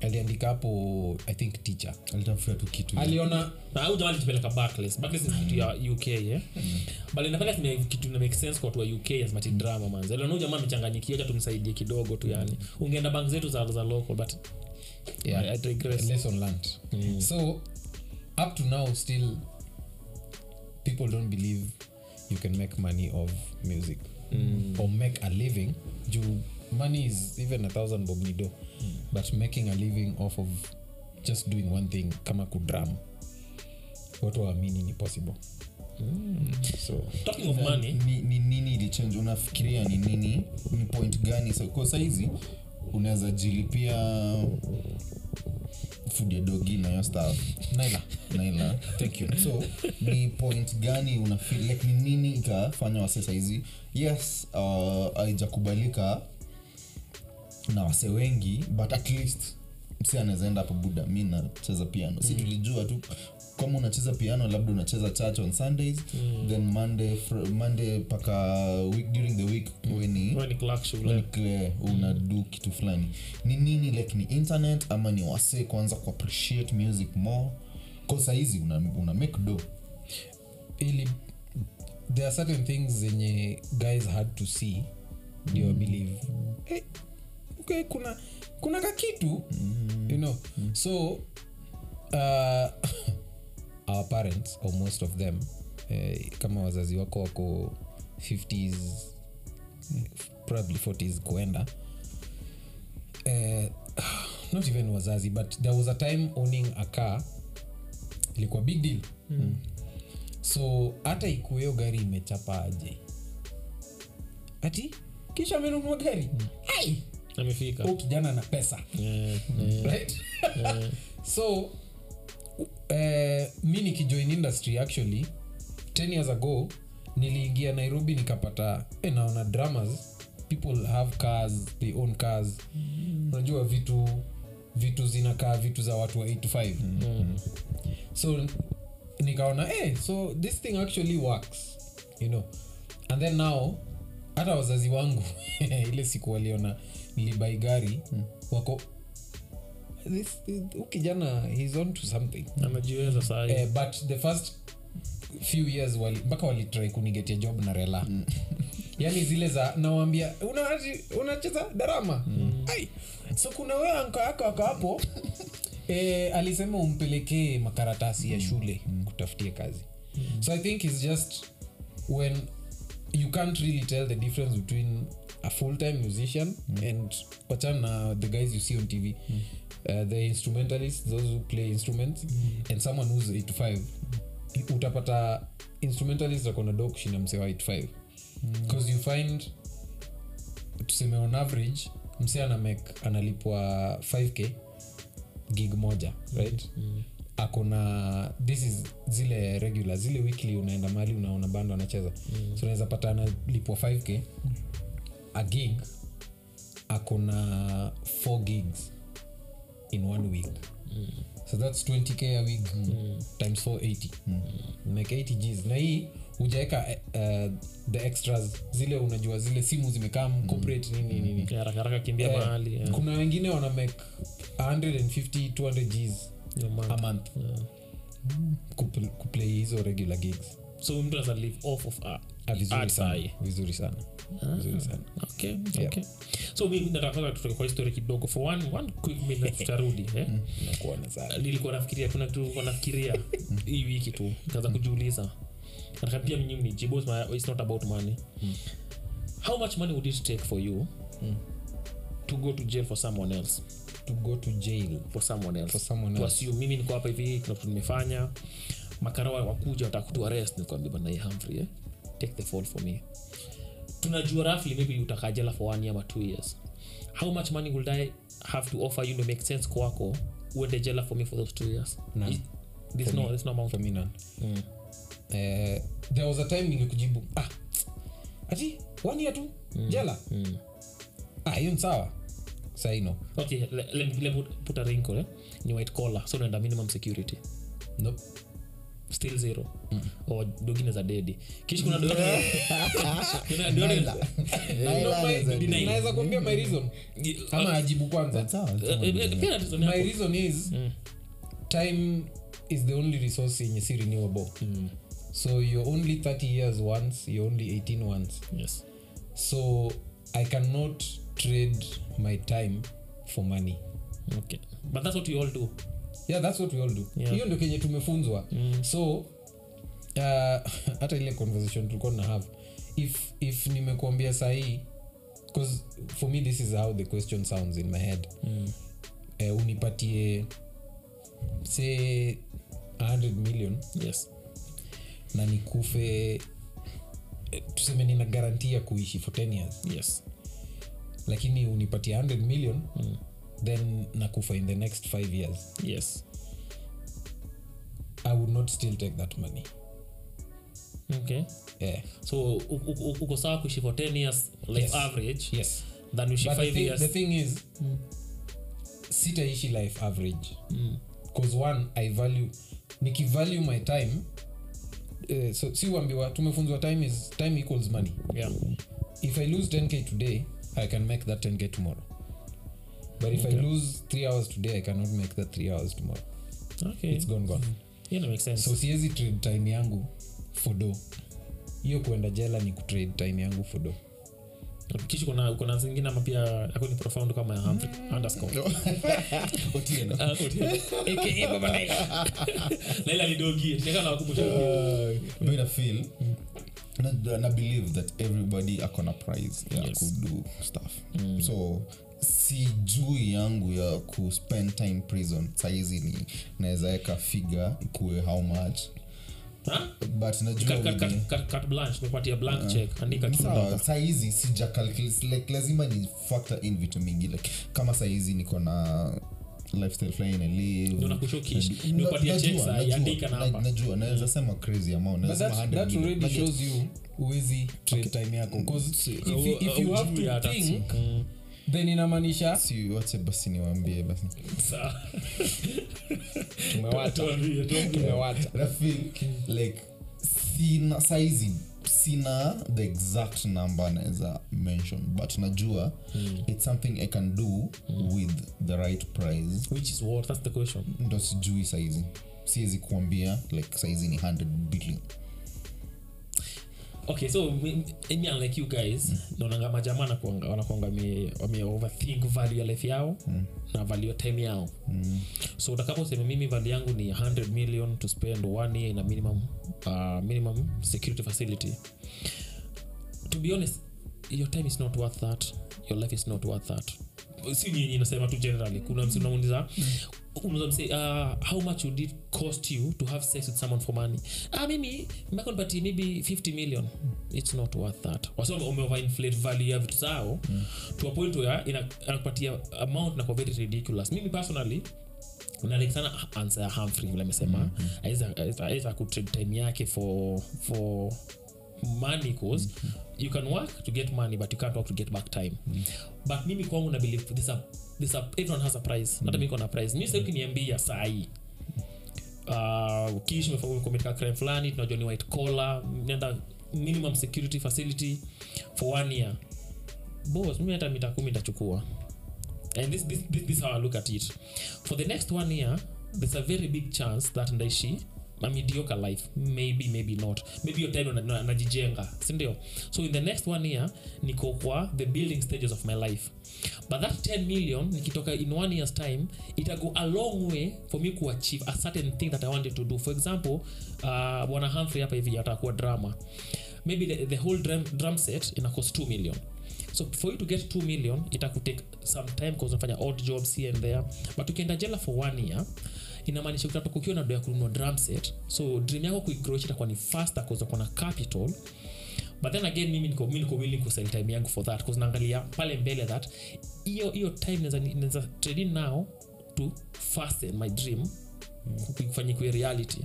S1: aliandika hapo i think teacher
S3: Alitafuta tu kitu.
S1: Mm. aliona
S2: Na hao jamaa walitupeleka Barclays. Barclays ni kitu ya UK, eh?
S1: Mm.
S2: But inapeleka kime- kitu na make sense kwa watu wa UK as much drama, manze. Leo huyu jamaa amechanganyikiwa, acha tumsaidie kidogo tu yani. Ungeenda bank zetu za- za local, but I- I
S1: yeah, Mm.
S2: digress.
S1: lesson learned so up to now still people don't believe you can make money of music or make a living Mm. juu money is even a thousand bob nido but making a living off of just doing one thing kama kudram watu waamini ni possible so
S2: talking of money
S3: ni, ni nini ilichange unafikiria ni nini ni point gani so, kwa saizi unaweza jilipia food ya dogi na hiyo stuff
S1: naila
S3: naila thank you so ni point gani unafeel like ni nini ikafanya wase saizi yes uh, haijakubalika na wase wengi but at least msi anaweza enda hapo buda mi nacheza piano si tulijua tu kama unacheza piano labda unacheza church on sundays mm. then monday fr- monday mpaka week, during the week uwe ni
S2: Wewe Mm. ni clerk shule.
S3: Ni clear, unadu kitu fulani ni nini like ni internet ama ni wase kuanza kuappreciate music more ko sahizi una, una make do
S1: ili there are certain things zenye guys had to see ndio mm. believe hey, okay, kuna kuna kakitu mm. you know mm. so uh, our parents or most of them eh, kama wazazi wako wako 50s probably 40s kuenda eh, not even wazazi but there was a time owning a car ilikuwa big deal mm. so hata ikuweo gari imechapa aje ati kisha amenunua gari ai
S2: amefika
S1: huu kijana na pesa
S2: Eh,
S1: Mm. right so eh, mi nikijoin industry actually 10 years ago niliingia nairobi nikapata eh, naona dramas people have cars they own cars unajua vitu vitu zinakaa vitu za watu wa 8 to 5 Mm. so nikaona eh, so this thing actually works you know and then now hata wazazi wangu ile siku waliona nilibai gari wako this huu kijana he's on to something
S2: amejiweza
S1: eh, but the first few years wali, mpaka walitrai kunigetia job na rela mm. yaani zile za nawambia unacheza una unacheza darama mm. ai so kuna wewe anka ako ako hapo e, alisema umpelekee makaratasi ya shule mm. kutafutia kazi mm. so i think its just when you can't really tell the difference between a full-time musician mm. and wachana na the guys you see on tv mm. uh, the instrumentalists those who play instruments mm. and someone who's 8 to 5 Mm. utapata instrumentalist akona do kushinda msewa 8 to 5 because you find tuseme on average mse anamek analipwa 5k gig moja right
S2: Mm.
S1: akona this is zile regular zile weekly unaenda mali unaona bando anacheza mm. so unaweza pata analipwa 5k a gig akona 4 gigs in one week mm. so that's 20k a week mm. times 480 mm. make 80 gs na hii hujaeka uh, the extras zile unajua zile simu zimekaa corporate nini nini
S2: harakaharaka kimbia
S1: Eh,
S2: mahali eh,
S1: kuna wengine wana make 150 200 gs
S2: your month.
S1: a month
S2: Yeah.
S1: kupl- kuplay hizo regular gigs
S2: so mtu anaweza live off of a-
S1: Ah, vizuri
S2: Art
S1: sana
S2: high.
S1: vizuri sana
S2: Mm.
S1: vizuri Ah, sana
S2: okay,
S1: Yeah.
S2: okay. so mi nataka kwanza tutoke kwa historia kidogo for one, one quick minute tutarudi eh?
S1: nakuona sana
S2: nilikuwa nafikiria kuna kitu nilikuwa nafikiria hii wiki tu kaza kujiuliza nataka pia mnyi mnijibu it's my- it's not about money how much money would it take for you to go to jail for someone else
S1: to go to jail
S2: for someone else
S1: For someone
S2: To
S1: else.
S2: assume, mimi niko hapa hivi kuna kitu nimefanya makara wa- wakuja wataka kutu arrest nikwambia bana hii Humphrey eh? take the fall for me tunajua roughly maybe utakaa jela for one year ama two years how much money will i have to offer you to make sense kwako uende jela for me for those two years
S1: None.
S2: Is- there's no, there's no amount
S1: for me none Eh, there was a time nilikujibu ah ati one year tu jela ah hiyo ni sawa saino
S2: okay le- let me, let me put- put a wrinkle eh? ni white collar so unaenda minimum security
S1: nope.
S2: still zero or dogine za dedi kisha kuna dogine- kuna dogine-
S3: Naila
S1: No, my-
S3: anaweza do.
S2: deny.
S1: naweza kuambia my reason ama ajibu kwanza
S3: Sawa,
S2: Eh,
S3: sawa.
S2: eh, eh, pia tatizo ni
S1: my
S2: hapo.
S1: reason is
S2: Mm,
S1: time is the only resource yenye si renewable so you're only 30 years once you're only 18 once
S2: Yes.
S1: so i cannot trade my time for money
S2: Okay. But that's what we all do.
S1: yeah that's what we all do
S2: Yeah.
S1: hiyo ndio kenye tumefunzwa mm. so uh, hata ile conversation tulikuwa na have if, if nimekuambia sahii bcause for me this is how the question sounds in my head mm. uh, Eh, unipatie say 100 million
S2: yes
S1: na nikufe eh, tuseme nina garanti ya kuishi for 10 years
S2: yes
S1: lakini unipatia 100 million
S2: mm.
S1: then nakufa in the next 5 years
S2: yes
S1: i would not still take that money Eh,
S2: okay
S1: yeah.
S2: so u- u- u- uko sawa kuishi for 10 years life
S1: Yes.
S2: average
S1: yes
S2: than uishi
S1: but the
S2: 5
S1: thing,
S2: years
S1: the thing is sitaishi life average
S2: Mm,
S1: bcause one i value nikivalue my time uh, so si uambiwa tumefunzwa time is time equals money
S2: yeah
S1: if i lose 10k today i can make that 10k tomorrow but if okay. i
S2: Okay.
S1: lose 3 hours today i cannot make that 3 hours tomorrow
S2: okay
S1: it's gone gone
S2: yeah that makes sense
S1: so siwezi trade time yangu for do hiyo kuenda jela ni kutrade time yangu for do
S2: kisha kuna kuna zingine ama pia akoni profound kama ya Humphrey
S1: Mm.
S2: underscore eh,
S3: Otieno.
S2: Ah, Otieno. aka baba Laila Laila alidogi nika na kukumbusha
S1: Oh.
S3: Uh, but I feel
S2: Mm.
S3: and I believe that everybody akona prize ya
S2: Yes.
S3: kudu stuff
S2: Mm.
S3: so si juu yangu ya ku spend time prison saizi ni nawezaweka figure kuwe how much
S2: ha
S3: but najua
S2: Cut- cut-
S3: within-
S2: cut- cut- cut blanche nipatia
S1: Ah.
S2: blank check andika tu
S3: Sawa, saizi sija calculate, like, lazima ni factor in vitu mingi like kama saizi niko na lifestyle fulani na live.
S2: Ndio nakushukish.
S3: Nabi-
S2: Nimepatia
S3: na-
S2: check
S3: najua,
S2: sahi,
S3: najua,
S2: andika
S3: na-
S2: namba.
S3: najua naweza sema crazy amount
S1: but
S3: naweza sema
S1: that,
S3: 100
S1: that
S3: million.
S1: already
S3: Like,
S1: shows you Mm, uwezi trade time yako 'Cause if, you- if you have
S2: Hujui
S1: to
S2: hata.
S1: think
S2: Mm.
S1: then inamaanisha
S3: si wache basi niwaambie basi
S2: Sawa.
S1: tumewata
S2: Tuambie, tuambie.
S1: tumewata
S3: Nafeel like sina saizi sina the exact number naweza mention but najua
S2: Hmm.
S3: it's something i can do
S2: Mm.
S3: with the right price
S2: which is what that's the question
S3: ndo sijui saizi siwezi kuambia like saizi ni 100 billion
S2: okay so mi- mi- me unlike you guys naonanga majamaa nakuanga- wanakuanga wame- wame overthink value ya life yao
S1: Hmm.
S2: na value ya time yao so utakaposema mimi value yangu ni 100 million to spend one year in a minimum, uh, minimum security facility to be honest your time is not worth that your life is not worth that si nyinyi nasema tu generally kuna msi unamuuliza unaweza mse uh, how much would it cost you to have sex with someone for money ah mimi mekonipatie maybe 50 million it's not worth that wasa umeoverinflate value ya vitu zao mm. to a point where ina- inakupatia amount na kwa very ridiculous mimi personally nalik sana ansa ya hamfrey vile amesema mm-hmm. aweza kutrade time yake for for money cause you can work to get money but you can't work to get back time but mimi kwangu na believe there's a, there's a, everyone has a price hata mi kona price mi saukiniambia sahi uh, ukiishi umekometika crime fulani tunajua ni white collar nenda minimum security facility for one year bos mimi hata mita kumi nitachukua and this, this, this, this how i look at it for the next one year there's a very big chance that ndaishi a mediocre life maybe maybe not maybe your time na- na- najijenga sindio so in the next one year niko kwa the building stages of my life but that 10 million nikitoka in one year's time itago a long way for me to achieve a certain thing that i wanted to do for example uh, bwana humphrey hapa hivi atakuwa drama maybe the, the whole drum, drum set ina cost 2 million so for you to get 2 million itakutake some time cause unafanya odd jobs here and there but ukienda jela for one year inamaanisha utatoka ukiwa na do ya kununua drum set so dream yako kuigrosh itakuwa ni faster cause uko na capital but then again mimi niko, mimi niko willing kusell time yangu for that cause naangalia pale mbele that hiyo hiyo time naweza- naweza trade in now to fasten my dream kufanya kuwe reality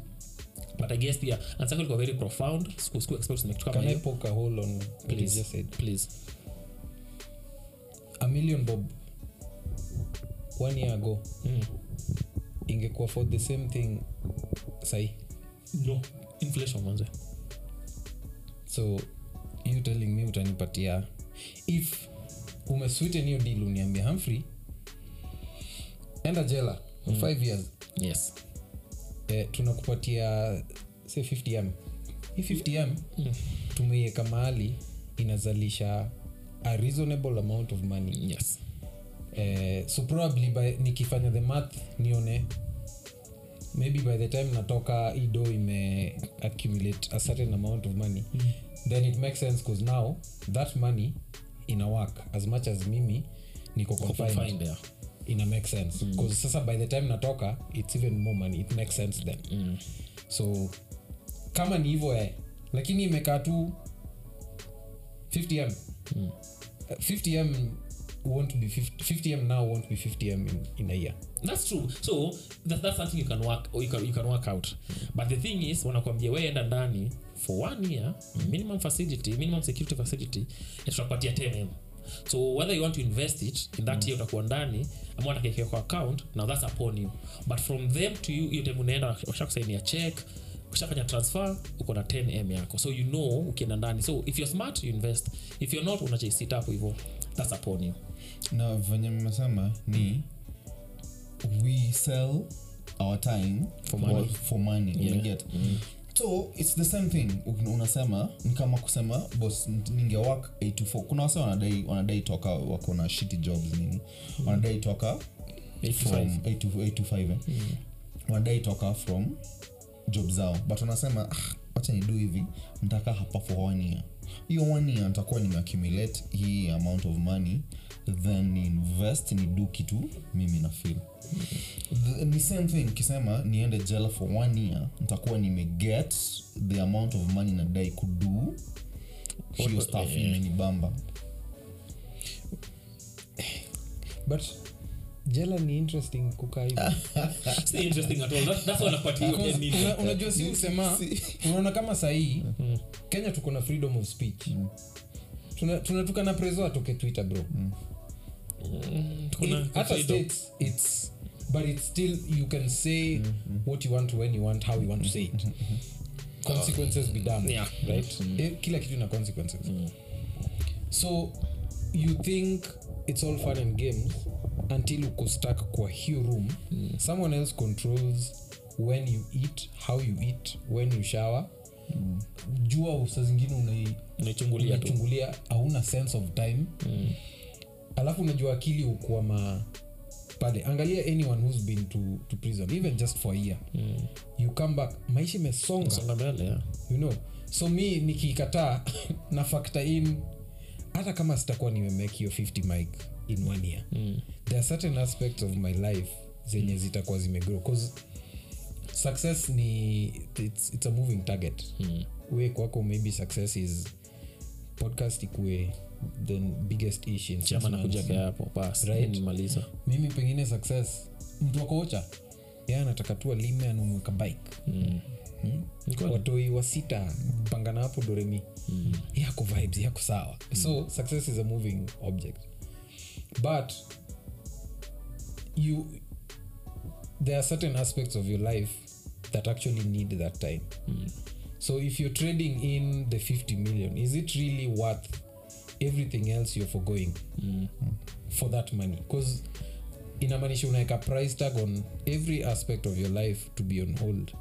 S2: but i guess pia answer yako ilikuwa very profound siku siku expect nimekutoka
S1: can
S2: kama
S1: i
S2: hiyo
S1: poke a hole on what you
S2: Please.
S1: just said
S2: please
S1: a million bob one year ago
S2: mm.
S1: ingekuwa for the same thing sahi
S2: no inflation manze
S1: so you telling me utanipatia if umeswiten hiyo deal uniambia hamfrey enda jela for mm. five years
S2: yes
S1: eh, tunakupatia say 50m hii 50m
S2: Mm.
S1: tumeiweka mahali inazalisha a reasonable amount of money
S2: yes
S1: eh, so probably by, nikifanya the math nione maybe by the time natoka ido ime accumulate a certain amount of money mm. then it makes sense because now that money ina work as much as mimi niko
S2: Kwa
S1: confined Mm.
S2: confined, yeah.
S1: ina make sense bcause sasa by the time natoka it's even more money it makes sense then mm. so kama ni hivyo eh lakini imekaa tu 50m mm. 50m won't be 50, 50m now won't be 50m in, in a year
S2: that's true so that, that's something you can work or you can, you can work out but the thing is wanakwambia weenda ndani for one year minimum facility minimum security facility na tutakupatia 10m so whether you want to invest it in that year utakuwa ndani ama atakekewa kwa account now that's upon you but from them to you hiyo time unaenda washakusainia check ushafanya transfer uko na 10m yako so you know ukienda ndani so if you're smart you invest if you're not unachaisit up hivyo that's upon you
S3: na venye mmesema ni we sell our time
S2: For money.
S3: for money
S2: Yeah. Mm-hmm.
S3: unaget so its the same thing Un- unasema ni kama kusema bos ningewak 8 to 4 kuna wase wanadai wanadai toka wako na shiti jobs nini wanadai toka
S2: Eight to
S3: from
S2: Mm-hmm. five.
S3: 8 to 8 to 5 eh?
S2: Hmm.
S3: wanadai toka from job zao but wanasema ah, wacha nidu hivi nitakaa hapa for one year hiyo one year nitakuwa nimeaccumulate hii amount of money then ni invest ni do kitu mimi na feel The- ni same thing kisema niende jela for one year nitakuwa nimeget the amount of money nadai kudu hiyo staff imenibamba
S1: but jela ni interesting kukaa hivi
S2: It's not interesting at all. That- that's why wanakupatia hiyo
S1: Because
S2: 10M.
S1: una- unajua si usema unaona kama sahii kenya tuko na freedom of speech Tuna- tunatukana prezo atoke twitter bro
S2: Mm, Kuna-
S1: hata
S2: kuna-
S1: states it's but it's still you can say what you want when you want how you want to say it consequences be done
S2: Yeah.
S1: right Eh, kila kitu na consequences
S2: Mm.
S1: so you think it's all fun and games until uko stuck kwa hiyo room
S2: Mm.
S1: someone else controls when you eat how you eat when you shower jua saa zingine unai
S2: Mm. unaichungulia tu
S1: unachungulia hauna sense of time mm. alafu unajua akili ukuama pale angalia anyone who's been to, to prison even just for a year mm. you come back maisha imesonga
S2: songa mbele yeah.
S1: you know so mi nikiikataa na factor in hata kama sitakuwa nimemake hiyo 50 mic in one year mm. there are certain aspects of my life zenye zitakuwa zimegrow cause success ni it's, it's a moving target mm. we kwako maybe success is podcast ikue the biggest ish in six
S2: chama
S1: months.
S2: nakuja kaya hapo bas
S1: Right.
S2: nimaliza
S1: mimi pengine success mtu akoocha ya anataka tu alime anumweka bike mm.
S2: Kweli.
S1: watoi wa sita pangana hapo doremi mm. yako vibes yako sawa mm. so success is a moving object but you there are certain aspects of your life that actually need that time mm. so if you're trading in the 50 million is it really worth everything else you're forgoing mm. for that money because inamaanisha unaweka price tag on every aspect of your life to be on hold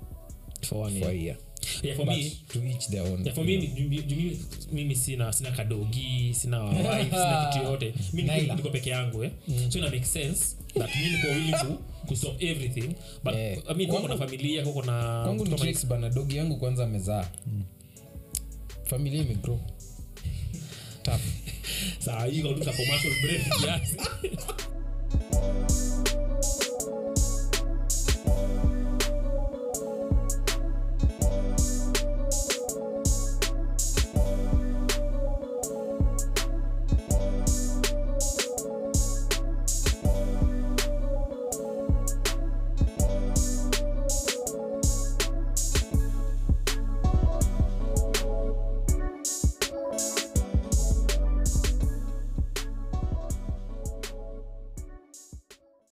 S2: for one
S1: for a
S2: year
S1: year
S2: yeah, for
S1: But
S2: me
S1: to each their own
S2: yeah, for me, ju- ju- ju- mimi- mimi sina sina kadogi sina wife, sina kitu yote mi niko-
S1: Naila.
S2: niko peke yangu eh.
S1: Hmm.
S2: so ina make sense that mi niko willing ku, ku stop everything but
S1: Eh,
S2: I mean, koko na
S1: kwangu-
S2: familia koko na
S1: kwangu ni
S2: kama-
S1: tricks bana dogi yangu kwanza amezaa familia imegrow Tough.
S2: saa hii unaruka commercial break kiasi